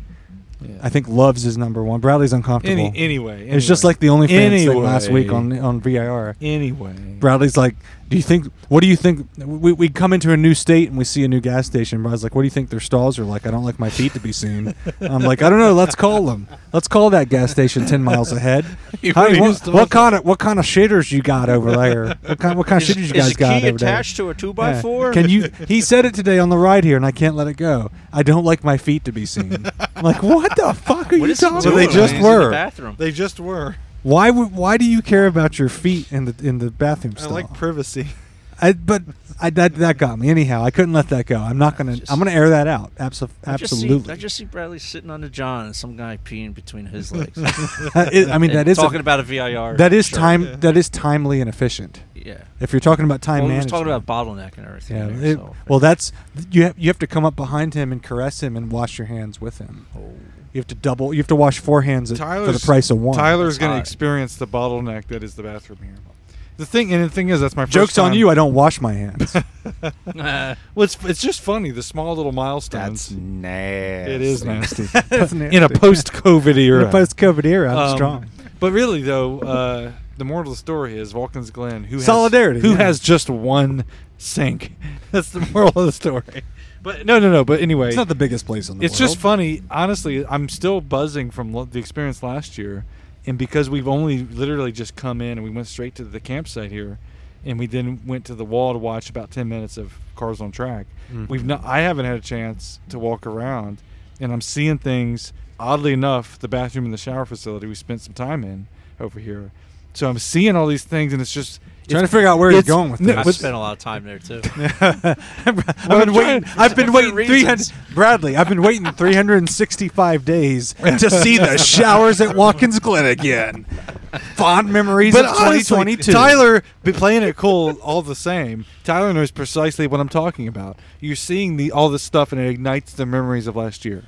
D: yeah.
C: I think Love's is number one. Bradley's uncomfortable.
D: Any, anyway,
C: It's just
D: anyway.
C: like the OnlyFans thing last
D: Anyway.
C: week on on VIR.
D: anyway.
C: Bradley's like, "Do you think? What do you think? We, we come into a new state and we see a new gas station. Brad's like, "What do you think their stalls are like? I don't like my feet to be seen." I'm like, "I don't know. Let's call them. Let's call that gas station ten miles ahead.
D: You
C: Honey,
D: really
C: what,
D: used to
C: what
D: listen.
C: kind of what kind of shitters you got over there? What kind what kind of shitters you guys
E: is the
C: got
E: key
C: over there?"
E: attached to a two by
C: Yeah.
E: four?
C: Can you? He said it today on the ride here, and I can't let it go. I don't like my feet to be seen. I'm like, what the fuck are you
E: What is he
C: talking?
E: doing
D: they
E: when
D: just
E: he's in
D: were.
E: the bathroom.
D: They just were.
C: Why would? Why do you care about your feet in the in the bathroom stall?
D: I like privacy.
C: I, but I, that that got me. Anyhow, I couldn't let that go. I'm not gonna.
E: Just-
C: I'm gonna air that out. Abso-
E: I just see-
C: absolutely.
E: I just see Bradley sitting on the John and some guy peeing between his legs.
C: It- I mean, that is a-
E: talking about a VIR.
C: that is
E: shirt.
C: time. That is timely and efficient.
E: Yeah.
C: If you're talking about time
E: Well, we were
C: management.
E: talking about bottleneck and everything.
C: yeah.
E: there,
C: it-
E: so-
C: well, that's you. Have, you have to come up behind him and caress him and wash your hands with him.
E: Oh.
C: You have to double. You have to wash four hands at, for the
D: Tyler's-
C: price of one.
D: Tyler's going to
E: hot.
D: experience the bottleneck that is the bathroom here. The thing and the thing is that's my first
C: Jokes on
D: time-
C: you. I don't wash my hands.
E: Nah.
D: Well, it's, it's just funny the small little milestones.
F: That's nasty.
D: it is nasty.
C: That's
D: in a
C: nasty.
D: post-COVID era.
C: In a post-COVID era, I'm
D: Um,
C: strong.
D: But really, though, uh, the moral of the story is Vulcan's Glen, who has,
C: Solidarity,
D: who
C: yeah.
D: has just one sink. That's the moral of the story. But no, no, no. But anyway,
C: It's not the biggest place in the
D: it's
C: world.
D: just funny. Honestly, I'm still buzzing from lo- the experience last year, and because we've only literally just come in and we went straight to the campsite here, and we then went to the wall to watch about ten minutes of cars on track.
C: Mm-hmm.
D: We've not. I haven't had a chance to walk around, and I'm seeing things. Oddly enough, the bathroom and the shower facility we spent some time in over here. So I'm seeing all these things, and it's just
C: Trying
D: it's-
C: to figure out where you're
D: it's-
C: going with
D: no,
E: I
C: this.
D: but-
E: spent a lot of time there too.
C: I've
D: Well,
C: been
D: I'm trying-
C: waiting. I've been
E: for
C: waiting
E: different
C: 300.
E: reasons.
C: Bradley, I've been waiting 365 days to see the showers at Watkins Glen again. Fond memories
D: but
C: of
D: honestly,
C: 2022.
D: Tyler be playing it cool all the same. Tyler knows precisely what I'm talking about. You're seeing the all this stuff, and it ignites the memories of last year.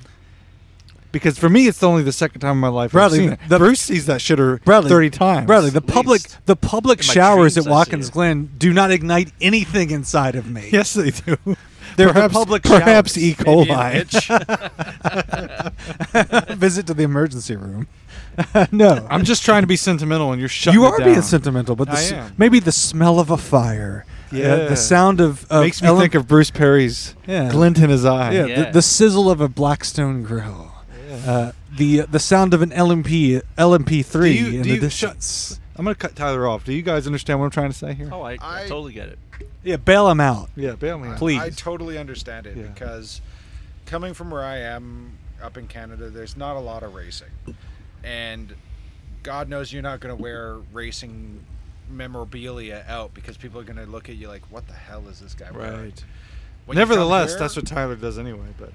D: Because for me, it's only the second time in my life
C: Bradley,
D: I've seen it.
C: the-
D: Bruce sees that shitter
C: Bradley,
D: 30 times.
C: Bradley, the
E: At
C: public,
E: least.
C: the public
E: In my
C: showers at
E: dreams, I see
C: Watkins
E: it.
C: Glen do not ignite anything inside of me.
D: yes, they do.
C: They're the
D: perhaps,
C: public
D: perhaps
C: showers.
D: E.
F: Maybe an
D: coli.
F: itch.
C: Visit to the emergency room. no,
D: I'm just trying to be sentimental, and you're shutting.
C: you
D: it
C: are being
D: down.
C: sentimental, but the
D: I
C: s-
D: am.
C: maybe the smell of a fire, uh,
D: Yeah.
C: the sound of, of
D: Makes me
C: ele-
D: think of Bruce Perry's
C: Yeah.
D: glint in his eye.
C: Yeah,
E: Yeah.
C: The, the sizzle of a Blackstone grill. Uh, the the sound of an LMP LMP3
D: Do you-
C: in
D: do
C: the
D: you- shut-
C: distance.
D: I'm gonna cut Tyler off. Do you guys understand what I'm trying to say here?
E: Oh, I, I
F: I-
E: totally get it.
C: yeah, bail him out.
D: yeah, bail me out.
C: Please.
F: I totally understand it
D: Yeah.
F: because coming from where I am up in Canada, there's not a lot of racing. And God knows you're not going to wear racing memorabilia out because people are going to look at you like, what the hell is this guy wearing?
D: Right.
F: When you come
D: Nevertheless,
F: here-
D: that's what Tyler does anyway. But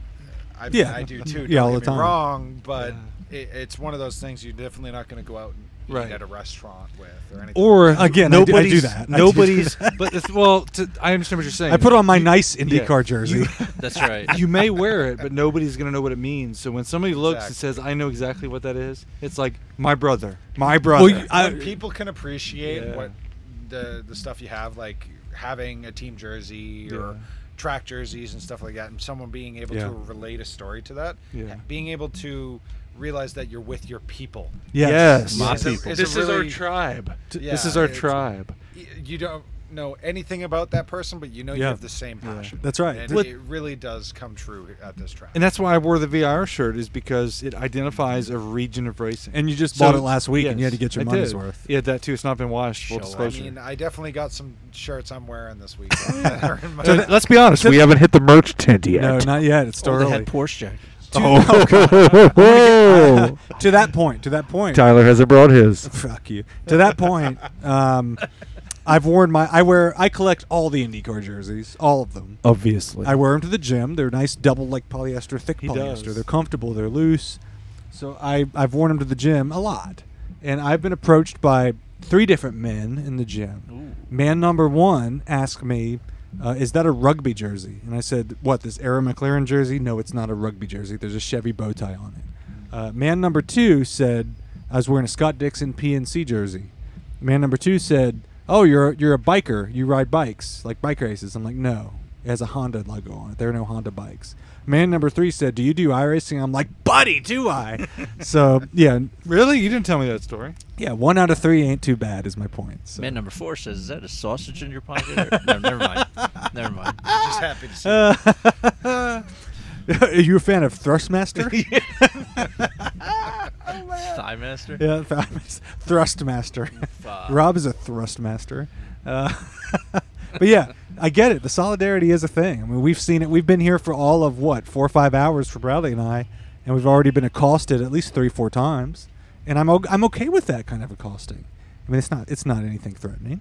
F: I, mean,
C: Yeah.
F: I do too.
C: Yeah,
F: don't
C: all
F: get
C: the
F: me
C: time.
F: wrong, but it, it's one of those things you're definitely not going to go out and
D: Right.
F: eat at a restaurant with or anything.
D: or
C: Again, I do- I do
D: nobody's
C: that. I do
D: nobody's. but it's, well, to, I understand what you're saying.
C: I put on my nice IndyCar
D: yeah.
C: jersey.
E: That's right.
D: You may wear it, but nobody's gonna know what it means. So when somebody looks and
F: Exactly.
D: says, "I know exactly what that is," it's like my brother, my brother.
C: well, you- I-
F: when people can appreciate
D: Yeah.
F: what the the stuff you have, like having a team jersey or
D: Yeah.
F: track jerseys and stuff like that, and someone being able
C: Yeah.
F: to relate a story to that,
D: Yeah.
F: being able to realize that you're with your people.
D: Yes.
C: My
F: It's a-
C: people.
F: it's a
D: This is our
F: really-
D: tribe.
F: Yeah,
D: this is our
F: it's-
D: tribe.
F: y- you don't know anything about that person, but you know you
C: Yeah.
F: have the same passion.
C: That's right.
F: And
C: What-
F: it really does come true at this track.
D: And that's why I wore the VR shirt is because it identifies a region of racing.
C: And you just bought it last week and you had to get your
D: I
C: money's
D: did.
C: worth.
D: Yeah, that too. It's not been washed. Full
E: Show off.
F: I
D: disclosure.
F: mean, I definitely got some shirts I'm wearing this week. that are in my-
D: So th- let's be honest. We haven't hit the merch tent yet.
C: No, not yet. It's still
E: Oh, they
C: early. Oh,
E: had Porsche jackets.
D: Oh,
C: to that point. To that point.
D: Tyler hasn't brought his.
C: Fuck you. To that point, um, I've worn my. I wear. I collect all the IndyCar jerseys, all of them.
D: Obviously.
C: I wear them to the gym. They're nice, double like polyester, thick
D: He
C: polyester.
D: does.
C: They're comfortable. They're loose. So I I've worn them to the gym a lot, and I've been approached by three different men in the gym. Man number one asked me. Uh, is that a rugby jersey? And I said, "What? This Era McLaren jersey? No, it's not a rugby jersey. There's a Chevy bow tie on it." Uh, man number two said, "I was wearing a Scott Dixon PNC jersey." Man number two said, "Oh, you're you're a biker. You ride bikes like bike races." I'm like, "No, it has a Honda logo on it. There are no Honda bikes." Man number three said, "Do you do iRacing?" I'm like, "Buddy, do I?" so yeah,
D: Really? You didn't tell me that story.
C: yeah, one out of three ain't too bad is my point. So.
E: Man number four says, "Is that a sausage in your pocket?" Or- no, never mind. Never mind.
F: I'm just happy to
D: Uh,
F: see.
C: are you a fan of Thrustmaster?
E: Thigh master.
C: Yeah, Thrustmaster. Thrustmaster.
E: Fuck.
C: Rob is a thrustmaster. Uh, but yeah, I get it. The solidarity is a thing. I mean, we've seen it. We've been here for all of what four or five hours for Bradley and I, and we've already been accosted at least three, four times. And I'm o- I'm okay with that kind of accosting. I mean, it's not it's not anything threatening.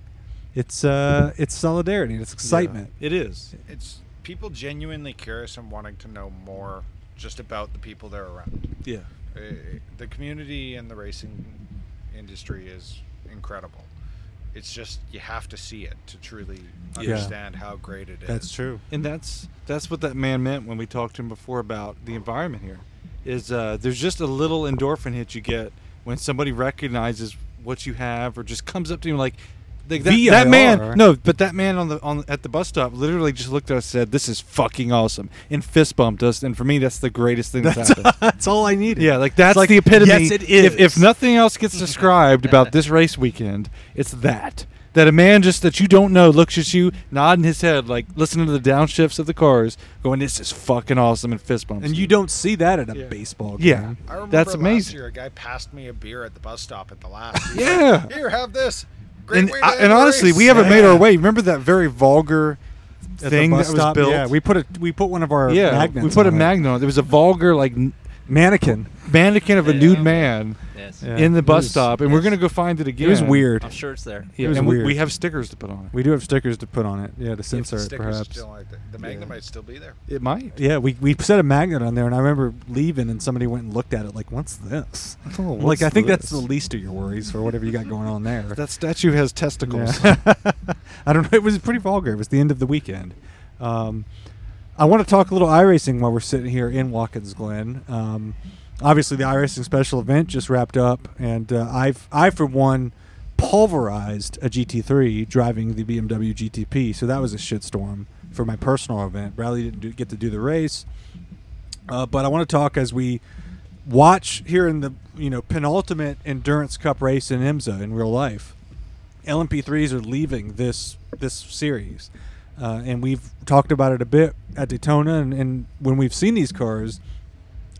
C: It's uh, it's solidarity. and It's excitement.
D: It is.
F: It's people genuinely curious and wanting to know more just about the people they're around.
D: Yeah.
F: Uh, the community and the racing industry is incredible. It's just you have to see it to truly
C: Yeah.
F: understand how great it is.
C: true.
D: And that's that's what that man meant when we talked to him before about the environment here. Is uh, there's just a little endorphin hit you get when somebody recognizes what you have or just comes up to you like like that, that
C: VIR.
D: man no but that man on the on at the bus stop literally just looked at us and said this is fucking awesome and fist bumped us and for me that's the greatest thing that's, happened
C: That's all I needed.
D: yeah like that's the epitome
C: Yes, it is.
D: if, if nothing else gets described about this race weekend it's that that a man just that you don't know looks at you nodding his head like listening to the downshifts of the cars going this is fucking awesome and fist bumps
C: and you don't see that at a baseball game.
D: yeah
F: I remember
D: that's
F: Last
D: amazing
F: year, a guy passed me a beer at the bus stop at the last. He's like,
D: yeah
F: Here, have this. Great
D: and,
F: way to
D: I-
F: end
D: and
F: the
D: honestly we
F: race."
D: haven't made our way remember that very vulgar
C: At
D: thing
C: the
D: that
C: bus
D: was
C: stop,
D: built
C: Yeah, we put a we put one of our
D: Yeah,
C: magnets
D: we put a
C: on it.
D: magnet on it there was a vulgar like n-
C: mannequin.
D: mannequin of a
E: Yeah.
D: nude man
E: Yes.
C: Yeah.
D: in the
C: It
D: bus
C: was-
D: stop and we're gonna go find it again
C: It was weird.
E: I'm sure it's there.
D: yeah,
C: it was
D: and we-
C: weird.
D: we have stickers to put on it
C: We do have stickers to put on it. Yeah, to
F: If
C: censor
F: the
C: it,
F: stickers
C: perhaps.
F: Still like the, the magnet might still be there.
D: It might.
C: Yeah, we, we set a magnet on there, and I remember leaving, and somebody went and looked at it, like, "What's this?"
D: Oh,
C: I'm like,
D: what's
C: I think that's the
D: this?
C: least of your worries for whatever you got going on there.
D: That statue has testicles.
C: Yeah. I don't know. It was pretty vulgar. It was the end of the weekend. Um, I want to talk a little iRacing while we're sitting here in Watkins Glen. Um, obviously, the iRacing special event just wrapped up, and uh, I've I for one pulverized a GT3 driving the BMW GTP. So that was a shitstorm for my personal event. Bradley didn't do, get to do the race, uh, but I want to talk as we watch here in the you know penultimate endurance cup race in IMSA in real life. LMP3s are leaving this this series, uh, and we've talked about it a bit at Daytona, and, and when we've seen these cars,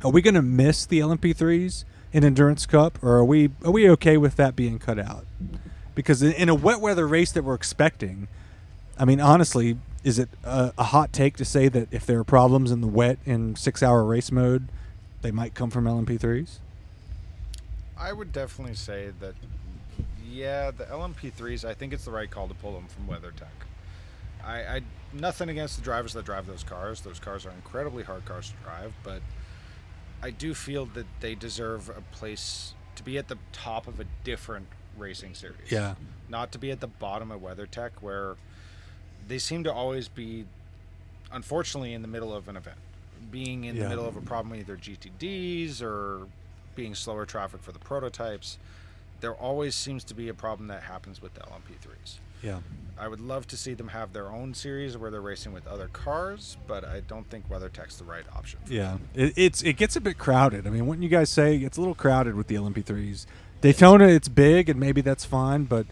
C: are we going to miss the LMP3s in Endurance Cup, or are we are we okay with that being cut out? Because in, in a wet weather race that we're expecting, I mean, honestly, is it a, a hot take to say that if there are problems in the wet in six hour race mode, they might come from LMP3s?
F: I would definitely say that, yeah, the LMP3s, I think it's the right call to pull them from WeatherTech. I, I nothing against the drivers that drive those cars. Those cars are incredibly hard cars to drive, but I do feel that they deserve a place to be at the top of a different racing series.
C: Yeah.
F: Not to be at the bottom of WeatherTech where they seem to always be unfortunately in the middle of an event. Being in
C: Yeah.
F: the middle of a problem with either GTDs or being slower traffic for the prototypes, there always seems to be a problem that happens with the LMP3s.
C: Yeah.
F: I would love to see them have their own series where they're racing with other cars, but I don't think WeatherTech's the right option.
C: Yeah, it, it's it gets a bit crowded. I mean, wouldn't you guys say it's a little crowded with the LMP3s? Daytona, it's big, and maybe that's fine, but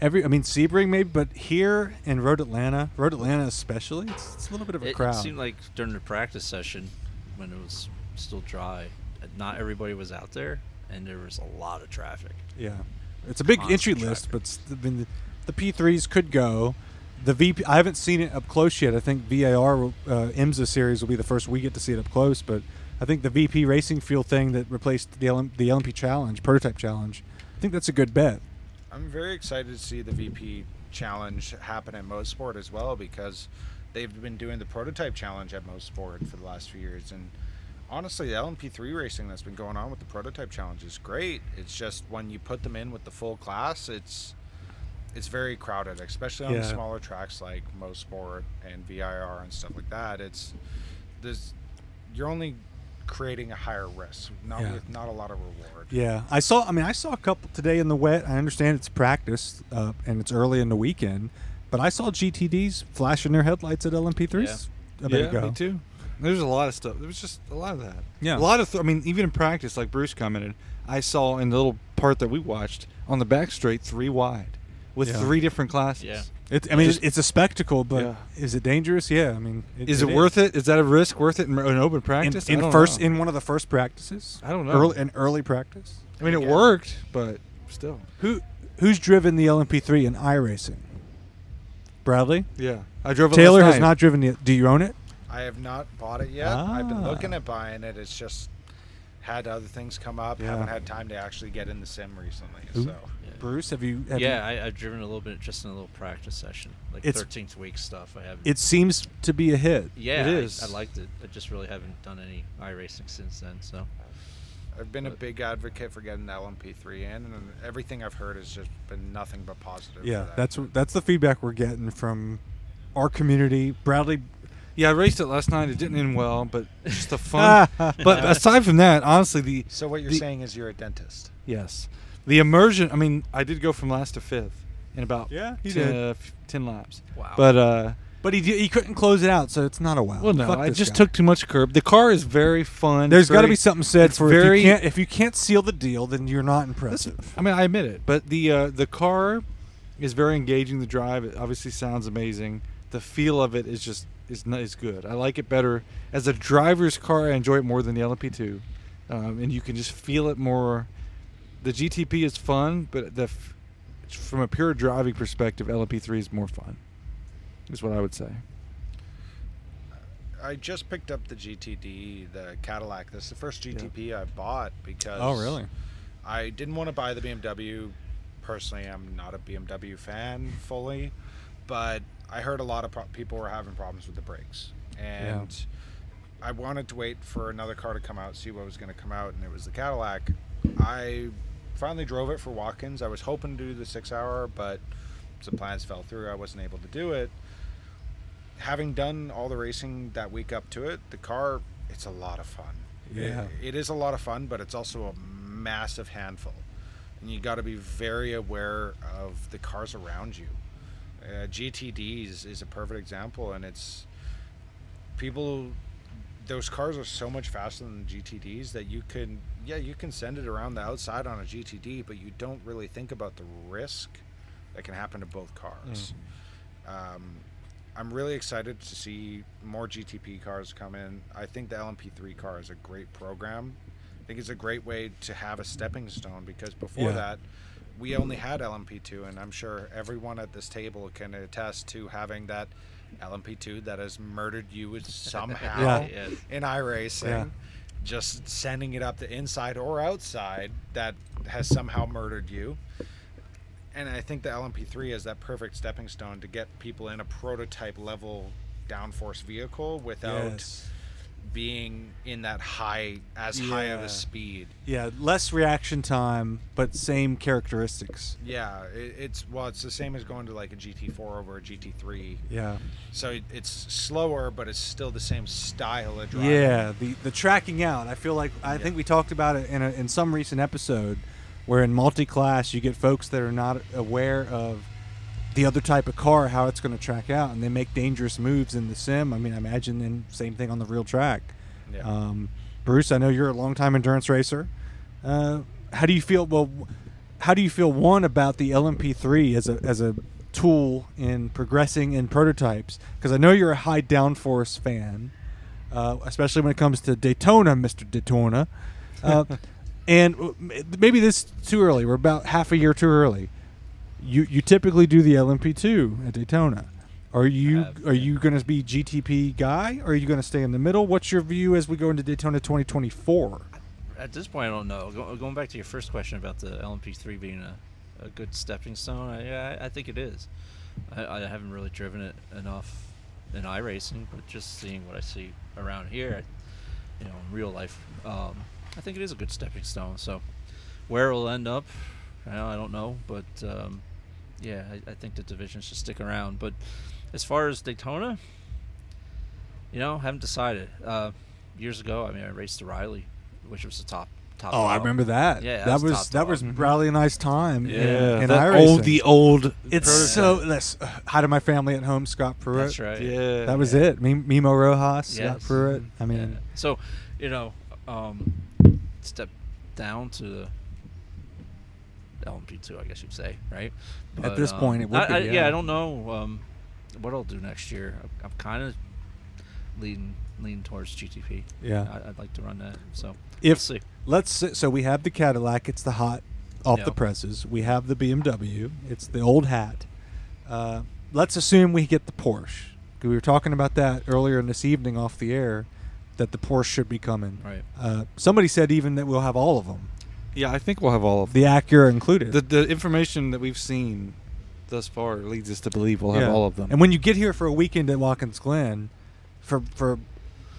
C: every I mean Sebring maybe, but here in Road Atlanta, Road Atlanta especially, it's, it's a little bit of a
E: It,
C: crowd.
E: it seemed like during the practice session, when it was still dry, not everybody was out there, and there was a lot of traffic.
C: yeah, it's a big
E: Constant
C: entry list,
E: traffic.
C: but s- I mean, the, the P3s could go. The VP, I haven't seen it up close yet. I think VAR will- uh, IMSA series will be the first we get to see it up close, but I think the VP Racing Fuel thing that replaced the LM, the LMP Challenge prototype challenge, I think that's a good bet.
F: I'm very excited to see the VP challenge happen at Mosport as well because they've been doing the prototype challenge at Mosport for the last few years and honestly the LMP3 racing that's been going on with the prototype challenge is great. It's just when you put them in with the full class, it's it's very crowded, especially on the
C: Yeah.
F: smaller tracks like Mosport and VIR and stuff like that. It's there's you're only creating a higher risk, not
C: Yeah.
F: with not a lot of reward.
C: Yeah, I saw. I mean, I saw a couple today in the wet. I understand it's practice uh, and it's early in the weekend, but I saw GTDs flashing their headlights at LMP3s a minute
D: yeah,
C: ago.
D: me too. There's a lot of stuff. There was just a lot of that.
C: Yeah.
D: a lot of. Th- I mean, even in practice, like Bruce commented, I saw in the little part that we watched on the back straight three wide, with
C: Yeah.
D: three different classes.
E: Yeah.
C: It, I mean, it's it's a spectacle, but
D: Yeah.
C: is it dangerous? Yeah, I mean,
D: Is it, worth it? Is that a risk worth it in an open
C: In,
D: practice? I
C: in
D: don't
C: first
D: know.
C: in one of the first practices,
D: I don't know.
C: Early, in early practice,
D: I mean, it
F: Yeah.
D: worked, but still.
C: who who's driven the LMP3 in iRacing? Bradley
D: Yeah, I drove. it
C: Taylor
D: last
C: has
D: night.
C: not driven it. Do you own it?
F: I have not bought it yet. I've been looking
C: Ah.
F: at buying it. It's just had other things come up.
C: Yeah.
F: Haven't had time to actually get in the sim recently.
C: Ooh.
F: So
C: Bruce, have you? Have you-
E: yeah, I, I've driven a little bit just in a little practice session, like
C: It's-
E: 13th week stuff. I haven't.
C: it seems to be a hit.
E: yeah,
D: it
E: I-
D: is.
E: I, liked it. I just really haven't done any iRacing since then. So
F: I've been a big advocate for getting the LMP3 in, and everything I've heard has just been nothing but positive. for
C: Yeah,
F: that.
C: that's that's the feedback we're getting from our community. Bradley,
D: Yeah, I raced it last night. It didn't end well, but just the fun. but aside from that, honestly, the
F: So what you're
D: the-
F: saying is you're a dentist.
D: Yes. The immersion, I mean, I did go from last to fifth in about
C: Yeah, he
D: 10,
C: did.
D: uh, f- 10 laps.
E: Wow.
D: But, uh,
C: but he he couldn't close it out, so it's not a wow.
D: well, no, I just took too much curb. The car is very fun.
C: There's
D: It's
C: got to
D: very-
C: be something said
D: it's
C: for
D: very-
C: if you can't if you can't seal the deal, then you're not impressive.
D: I mean, I admit it, but the uh, the car is very engaging. The drive, it obviously, sounds amazing. The feel of it is just is n- is good. I like it better as a driver's car. I enjoy it more than the LMP2, um, and you can just feel it more. The GTP is fun, but the f- from a pure driving perspective, LMP3 is more fun. Is what I would say.
F: I just picked up the GTD, the Cadillac. This is the first GTP I bought because.
D: Oh,
C: Oh,
F: I didn't want to buy the BMW. Personally, I'm not a BMW fan fully, but I heard a lot of pro- people were having problems with the brakes, and I wanted to wait for another car to come out, see what was going to come out, and it was the Cadillac. I finally drove it for Watkins. I was hoping to do the six hour, but some plans fell through. I wasn't able to do it. Having done all the racing that week up to it, the car, it's a lot of fun.
C: Yeah.
F: It- it is a lot of fun, but it's also a massive handful. And you got to be very aware of the cars around you. Uh, GTDs is a perfect example, and it's people those cars are so much faster than GTDs that you can yeah you can send it around the outside on a GTD but you don't really think about the risk that can happen to both cars um, I'm really excited to see more GTP cars come in I think the LMP3 car is a great program I think it's a great way to have a stepping stone because before
C: Yeah.
F: that we only had LMP2 and I'm sure everyone at this table can attest to having that LMP2 that has murdered you somehow
C: Yeah.
E: yeah,
F: in iRacing,
C: Yeah.
F: just sending it up to inside or outside that has somehow murdered you. And I think the LMP3 is that perfect stepping stone to get people in a prototype level downforce vehicle without
C: Yes.
F: being in that high as high of
C: Yeah.
F: a speed.
C: Yeah, less reaction time, but same characteristics.
F: Yeah, it, it's well, it's the same as going to like a GT4 over a GT3.
C: Yeah.
F: So it- it's slower, but it's still the same style of driving.
C: Yeah, the the tracking out. I feel like I think we talked about it in a, in some recent episode, where in multi-class you get folks that are not aware of
D: the other type of car, how it's going to track out, and they make dangerous moves in the sim. I mean, I imagine and same thing on the real track.
F: Yeah.
D: Um, Bruce, I know you're a longtime endurance racer. Uh, how do you feel? Well, how do you feel one about the LMP3 as a as a tool in progressing in prototypes? Because I know you're a high downforce fan, uh, especially when it comes to Daytona, Mister Daytona. Uh, and w- m- maybe this is too early. We're about half a year too early. You you typically do the LMP2 at Daytona. Are you
E: Have,
D: are
E: yeah.
D: you going to be GTP guy? Or are you going to stay in the middle? What's your view as we go into Daytona 2024?
E: At this point, I don't know. Go, going back to your first question about the LMP3 being a, a good stepping stone, I, yeah, I, I think it is. I, I haven't really driven it enough in iRacing, but just seeing what I see around here, you know, in real life, um, I think it is a good stepping stone. So, where it'll end up, I don't- I don't know, but um, yeah, I, I think the division should stick around. But as far as Daytona, you know, haven't decided. Uh, years ago, I mean, I raced the Riley, which was the top top.
D: Oh, I
E: dog.
D: remember that.
E: Yeah,
D: that
E: that was
D: was,
E: top
D: that was
E: dog.
D: really nice time. in-
G: Yeah,
D: in
G: that
D: iRacing.
G: old the old.
D: It's so. Let's hi to my family at home, Scott Pruitt.
E: That's right.
G: yeah.
D: That was it. Mim- Mimo Rojas, Scott
E: Yes.
D: Pruitt. I mean,
E: Yeah. So, you know, um, step down to the LMP2, I guess you'd say, right? um,
D: At this point, it would
E: I,
D: be,
E: I,
D: yeah.
E: I don't know um, what I'll do next year. I'm, I'm kind of leaning leaning towards GTP.
D: Yeah.
E: I, I'd like to run that. So
D: if
E: we'll see.
D: let's say, so we have the Cadillac, it's the hot off the
E: Yep.
D: presses. We have the BMW, it's the old hat. Uh, let's assume we get the Porsche. 'Cause We were talking about that earlier in this evening off the air, that the Porsche should be coming.
E: Right.
D: Uh, somebody said even that we'll have all of them,
G: Yeah, I think we'll have all of
D: the Acura included.
G: The, the information that we've seen thus far leads us to believe we'll have
D: Yeah.
G: all of them.
D: And when you get here for a weekend at Watkins Glen, for for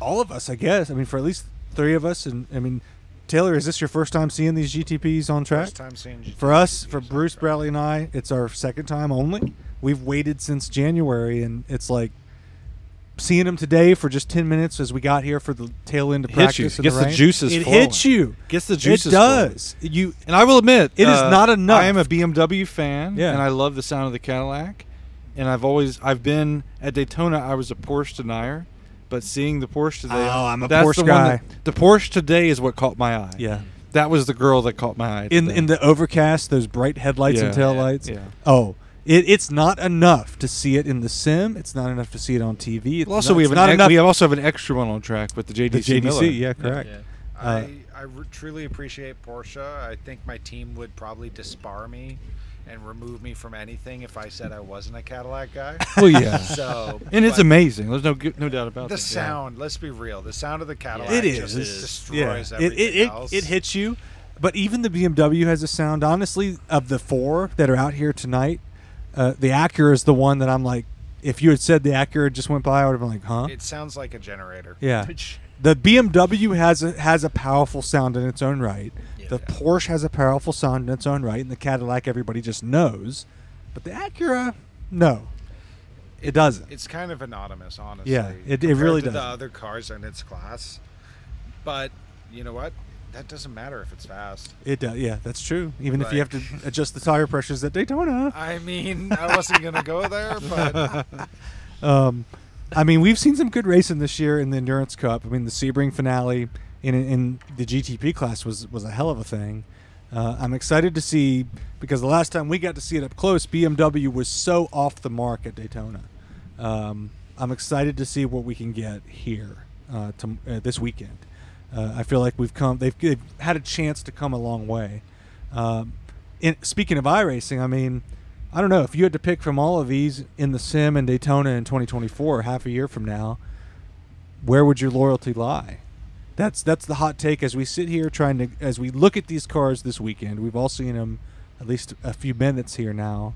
D: all of us, I guess. I mean, for at least three of us, and I mean, Taylor, is this your first time seeing these GTPs on track?
F: First time seeing GTPs
D: For us,
F: on
D: for
F: track.
D: Bruce Bradley and I, it's our second time only. We've waited since January, and it's like seeing them today for just ten minutes as we got here for the tail end of
G: Hits you.
D: practice. in
G: Gets the
D: rain.
G: juices
D: It
G: flowing.
D: hits you.
G: Gets the juices
D: It does. You.
G: And I will admit, uh,
D: It is not enough.
G: I am a BMW fan,
D: Yeah.
G: and I love the sound of the Cadillac. And I've always, I've been at Daytona. I was a Porsche denier, but seeing the Porsche today,
D: Oh, I'm a
G: that's
D: Porsche
G: the
D: guy.
G: One that, the Porsche today is what caught my eye.
D: Yeah.
G: that was the girl that caught my eye.
D: in
G: today.
D: in the overcast, those bright headlights and
G: Yeah.
D: tail lights.
G: Yeah.
D: Oh, it, it's not enough to see it in the sim. It's not enough to see it on TV. It's
G: Well, also
D: not,
G: we
D: it's
G: have an
D: not
G: ex-
D: enough.
G: we also have an extra one on track with the JDC.
D: the JDC.
G: Miller.
D: Yeah, correct.
E: Yeah.
D: Uh,
F: I, I r- truly appreciate Porsche. I think my team would probably disbar me and remove me from anything if I said I wasn't a Cadillac guy.
G: Well, yeah.
F: So,
G: and it's
F: but
G: amazing. There's no gu- no doubt about
F: The
G: that. Yeah.
F: sound. Let's be real. The sound of the Cadillac
D: It
F: just
E: is.
F: destroys
D: It,
F: everything
D: it, it,
F: else.
D: it hits you, but even the BMW has a sound. Honestly, of the four that are out here tonight, uh, the Acura is the one that I'm like. If you had said the Acura just went by, I would have been like, huh?
F: It sounds like a generator.
D: Yeah.
E: Which-
D: The BMW has a, has a powerful sound in its own right. the
E: Yeah.
D: Porsche has a powerful sound in its own right, and the Cadillac everybody just knows, but the Acura, no, it, doesn't.
F: It's kind of anonymous, honestly.
D: Yeah, it- it
F: compared
D: really
F: to The
D: doesn't.
F: other cars in its class, but you know what? That doesn't matter if it's fast.
D: It does. Yeah, that's true. Even if you have
F: Like-
D: to adjust the tire pressures at Daytona.
F: I mean, I wasn't gonna go there, but
D: Um, I mean, we've seen some good racing this year in the Endurance Cup. I mean, the Sebring finale in in the GTP class was was a hell of a thing. Uh, I'm excited to see because the last time we got to see it up close, BMW was so off the mark at Daytona. Um, I'm excited to see what we can get here uh, to, uh, this weekend. Uh, I feel like we've come; they've, they've had a chance to come a long way. Um, in, speaking of iRacing, I mean, I don't know if you had to pick from all of these in the Sim and Daytona in 2024, half a year from now, where would your loyalty lie? That's that's the hot take as we sit here trying to as we look at these cars this weekend. We've all seen them at least a few minutes here now.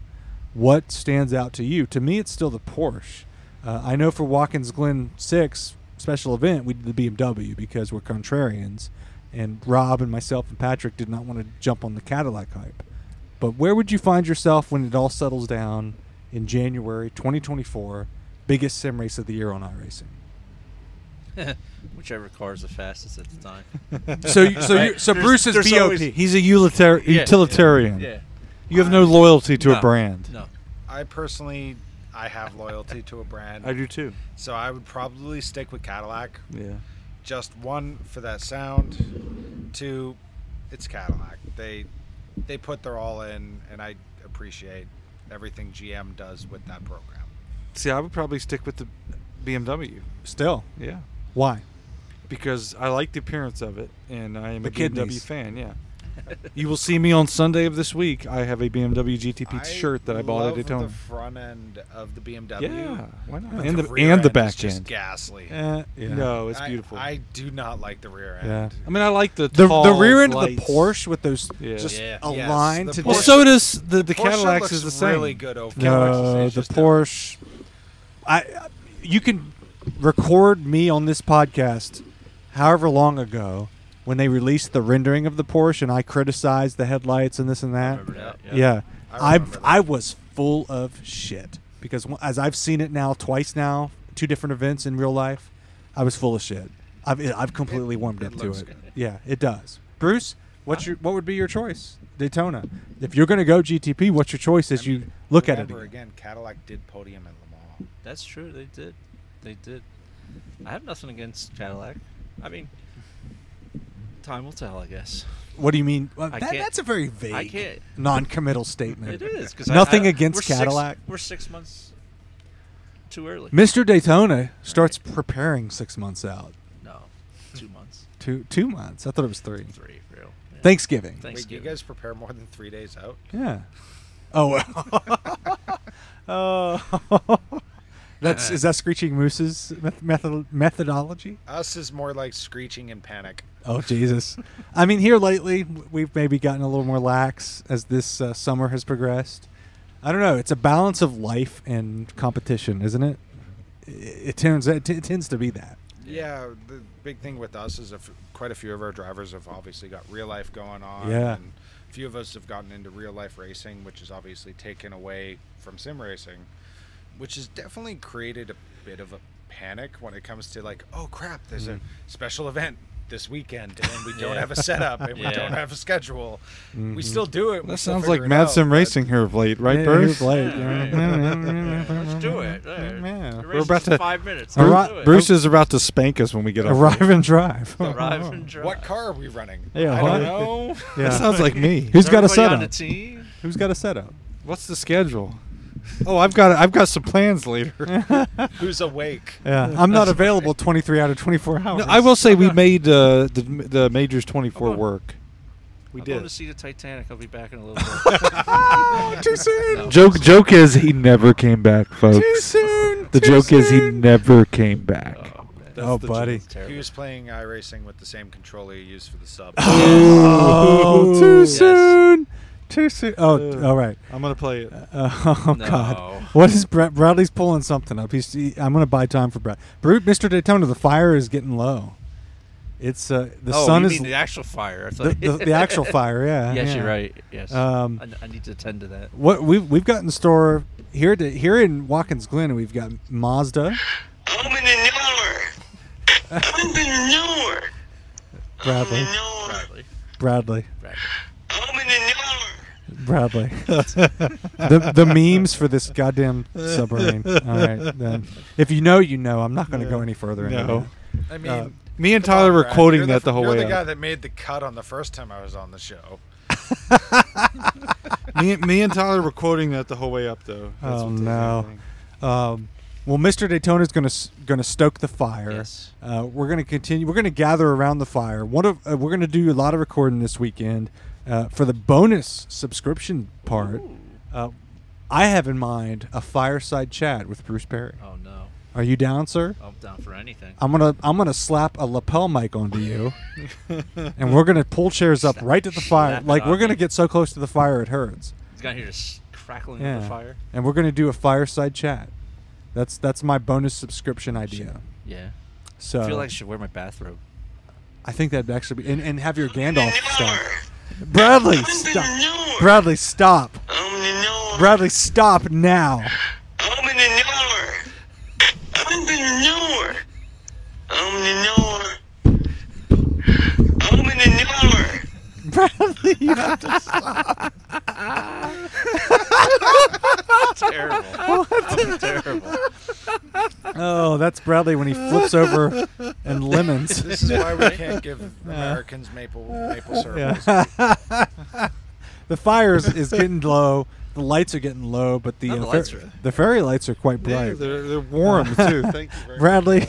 D: What stands out to you? To me, it's still the Porsche. Uh, I know for Watkins Glen Six special event, we did the BMW because we're contrarians, and Rob and myself and Patrick did not want to jump on the Cadillac hype. But where would you find yourself when it all settles down in January 2024, biggest sim race of the year on iRacing?
E: whichever car is the fastest at the time.
D: So, you- so, you,
E: Right.
D: so
E: There's-
D: Bruce is
E: there's
D: BOP.
E: always-
G: He's a utilitar-
E: Yeah,
G: utilitarian.
E: Yeah.
G: You have no loyalty to a brand.
E: No.
F: I I personally, I have loyalty to a brand.
H: I do too.
F: So I would probably stick with Cadillac.
H: Yeah.
F: Just one for that sound. Two, it's Cadillac. They they put their all in, and I appreciate everything GM does with that program.
G: See, I would probably stick with the BMW.
D: Still,
G: Yeah.
D: why?
G: Because I like the appearance of it, and I am
D: The
G: a BMW
D: kidneys.
G: fan. Yeah. you will see me on Sunday of this week. I have a BMW GTP shirt that I bought
F: love
G: at Daytona.
F: The front end of the BMW.
G: yeah. Why not?
F: but
G: and the,
F: rear
G: and
F: end
G: the
F: is
G: back
F: just
G: end.
F: ghastly.
D: Eh, yeah.
G: No, it's
F: I-
G: beautiful.
F: I, do not like the rear end.
D: Yeah.
G: I mean, I like the
D: The, the
G: tall
D: rear end of the
G: lights.
D: Porsche with those
G: Yeah.
D: just
E: Yeah.
D: aligned
F: Yes, the
D: to
G: Well,
F: Porsche-
G: so does the the
F: Porsche
G: Cadillacs
F: looks
G: is the same.
F: Really good over
D: No,
F: Cadillacs.
D: the Porsche. I, you can record me on this podcast, however long ago, when they released the rendering of the Porsche, and I criticized the headlights and this and that.
E: Remember that,
D: Yeah, yeah.
F: I
D: I
F: remember that.
D: I was full of shit because wh- as I've seen it now twice now, two different events in real life, I was full of shit. I've I've completely warmed
F: it
D: up to
F: looks
D: it.
F: good.
D: Yeah, it does. Bruce, what's your what would be your choice? Daytona. If you're going to go GTP, what's your choice as you look at it?
F: Remember
D: again?
F: again. Cadillac did podium at Le Mans.
E: That's true. They did. They did. I have nothing against Cadillac. I mean, time will tell, I guess.
D: What do you mean? Well,
E: I
D: that,
E: can't-
D: that's a very vague,
E: I can't.
D: non-committal statement.
E: It is because
D: Nothing against
E: we're six-
D: Cadillac.
E: we're six months too early.
D: Mr. Daytona starts preparing six months out.
E: no, two months,
D: Two two months. I thought it was three.
E: three, real. Yeah.
D: Thanksgiving.
F: Wait, do you
E: Thanksgiving.
F: guys prepare more than three days out?
D: Yeah. Oh well. oh. That's is that Screeching Moose's meth- method- methodology?
F: Us is more like screeching in panic.
D: Oh Jesus! I mean, here lately w- we've maybe gotten a little more lax as this uh, summer has progressed. I don't know. It's a balance of life and competition, isn't it? It, it tends it, t- it tends to be that.
F: Yeah, the big thing with us is a f- quite a few of our drivers have obviously got real life going on.
D: Yeah.
F: And a few of us have gotten into real life racing, which is obviously taken away from sim racing, which has definitely created a bit of a panic when it comes to like, oh crap, there's
G: Mm.
F: a special event this weekend and we don't
E: Yeah.
F: have a setup and
E: Yeah.
F: we don't have a schedule. We still do it. we
G: Mm-hmm. That
F: still
G: sounds
F: figure
G: like
F: it
G: Mad
F: out,
G: Sim
F: but-
G: Racing here of late, right,
D: Yeah,
G: Bruce?
D: you're right.
E: Yeah, Let's do it.
D: Yeah.
E: Yeah.
G: We're about to-
E: five minutes.
D: All
E: Let's
D: right,
E: do it.
G: Bruce is about to spank us when we get off.
D: Arrive and drive.
E: arrive and drive.
F: What car are we running?
D: Yeah,
F: I
D: what-
F: don't know.
D: Yeah.
G: That sounds like me.
D: Who's got a
E: Everybody on
D: setup?
E: the team?
D: Who's got a setup?
G: What's the schedule? Oh, I've got I've got some plans later.
F: Who's awake?
D: Yeah, I'm not available 23 out of 24 hours.
G: No, I will say we made uh, the the majors 24 work. We
E: I'm going to see the Titanic. I'll be back in a little bit.
D: Too soon.
G: Joke joke is he never came back,
D: Too
G: folks.
D: soon.
G: The
D: too
G: joke is he
D: soon.
G: never came back.
E: oh, man.
D: Oh, buddy.
E: That's terrible.
F: He was playing iRacing with the same controller you use for the sub.
D: Oh, too
E: Yes.
D: soon. Too soon. Oh, t-
G: Ugh.
D: all right.
G: I'm gonna play it.
D: Uh, oh
E: No.
D: God! What is Brad? Bradley's pulling something up. He's. He, I'm going to buy time for Brad. Brute, Mr. Daytona. The fire is getting low. It's uh, the
E: oh,
D: sun
E: you
D: is
E: mean the actual fire. I
D: the,
E: thought-
D: the, the actual fire. Yeah.
E: yes,
D: yeah.
E: you're right. Yes.
D: Um,
E: I, I need to attend to that.
D: What we've we've got in store here to, here in Watkins Glen, we've got Mazda.
I: I'm in the north. I'm in the north. I'm
D: Bradley,
I: in the north.
E: Bradley.
D: Bradley,
E: Bradley.
I: I'm in the north.
D: Bradley. the the memes for this goddamn submarine. All right, then. If you know, you know. I'm not going to go any further. into
G: No.
D: that.
F: I mean,
G: Uh, me and Tyler were
F: Brad,
G: quoting
F: you're
G: that the,
F: f-
G: whole
F: you're
G: way.
F: the guy
G: up.
F: that made the cut on the first time I was on the show.
G: me, me and Tyler were quoting that the whole way up, though. That's
D: Oh,
G: what they-
D: no. Um, well, Mr. Daytona's going to going to stoke the fire.
E: Yes.
D: Uh, we're going to continue. We're going to gather around the fire. One of uh, we're going to do a lot of recording this weekend uh, for the bonus subscription part. Uh, I have in mind a fireside chat with Bruce Perry.
E: Oh no, Oh,
D: Are you down, sir?
E: I'm down for anything.
D: I'm gonna I'm gonna slap a lapel mic onto you, and we're gonna pull chairs up right to the fire.
E: slap it
D: Like
E: on
D: we're gonna
E: me.
D: get so close to the fire it hurts.
E: He's got here just crackling in
D: Yeah.
E: the fire.
D: And we're gonna do a fireside chat. That's that's my bonus subscription idea.
E: Yeah.
D: So
E: I feel like I should wear my bathrobe.
D: I think that'd actually be and, and have your
I: I'm in
D: Gandalf
I: the
D: stuff.
I: north.
D: Bradley,
I: I'm in the
D: stop.
I: north.
D: Bradley, stop.
I: I'm in the north.
D: Bradley, stop now.
I: I'm in the north. I'm in the north. I'm in the north. I'm in the north.
D: Bradley, you have to stop.
F: terrible. I'm terrible.
D: Oh, that's Bradley when he flips over and lemons.
F: This is why we can't give Americans maple maple syrup.
D: Yeah. the fire is, is getting low. The lights are getting low, but the,
E: Not
D: uh,
E: the
D: fer-
E: lights are-
D: the fairy lights are quite
G: Yeah,
D: bright.
G: they're, they're warm too. Thank you very
D: Bradley,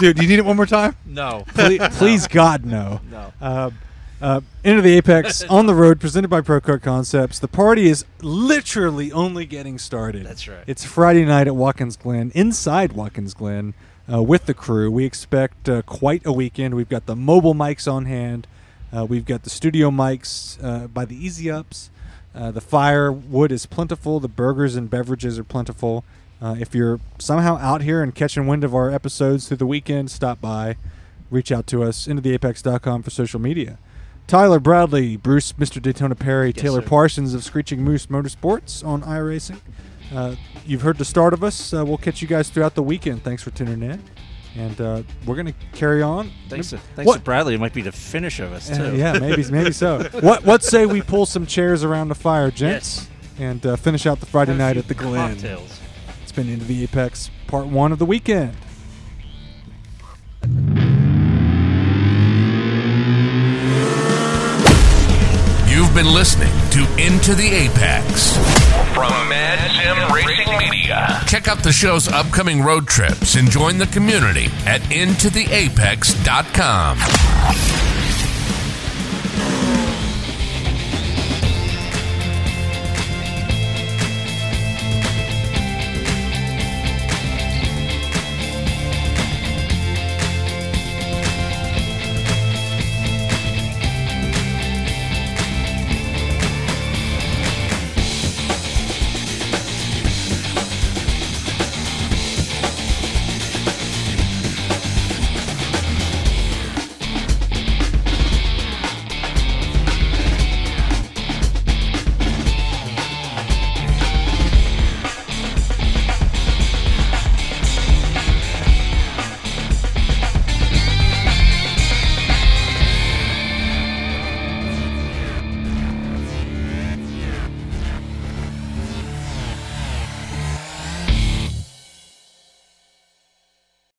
G: Dude, you need it one more time?
E: No.
D: please, please God, no.
E: No.
D: Uh, uh, Into the Apex on the road, presented by Procart Concepts. The party is literally only getting started.
E: That's right.
D: It's Friday night at Watkins Glen, inside Watkins Glen, uh, with the crew. We expect uh, quite a weekend. We've got the mobile mics on hand. Uh, we've got the studio mics uh, by the Easy Ups. Uh, the firewood is plentiful. The burgers and beverages are plentiful. Uh, if you're somehow out here and catching wind of our episodes through the weekend, stop by. Reach out to us, intotheapex.com for social media. Tyler Bradley, Bruce, Mr. Daytona Perry, Taylor
E: sir.
D: Parsons of Screeching Moose Motorsports on iRacing. Uh, you've heard the start of us. Uh, we'll catch you guys throughout the weekend. Thanks for tuning in. And uh, we're going to carry on.
E: Thanks, to, thanks
D: What-
E: to Bradley. It might be the finish of us, too.
D: Uh, yeah, maybe maybe so. What what say we pull some chairs around the fire, gents,
E: Yes.
D: and uh, finish out the Friday
E: Have a
D: night
E: few
D: at the Glen.
E: Cocktails.
D: It's been into the Apex Part One of the weekend.
A: You've been listening to Into the Apex.
I: From Mad Sim Racing Media.
A: Check out the show's upcoming road trips and join the community at intotheapex.com.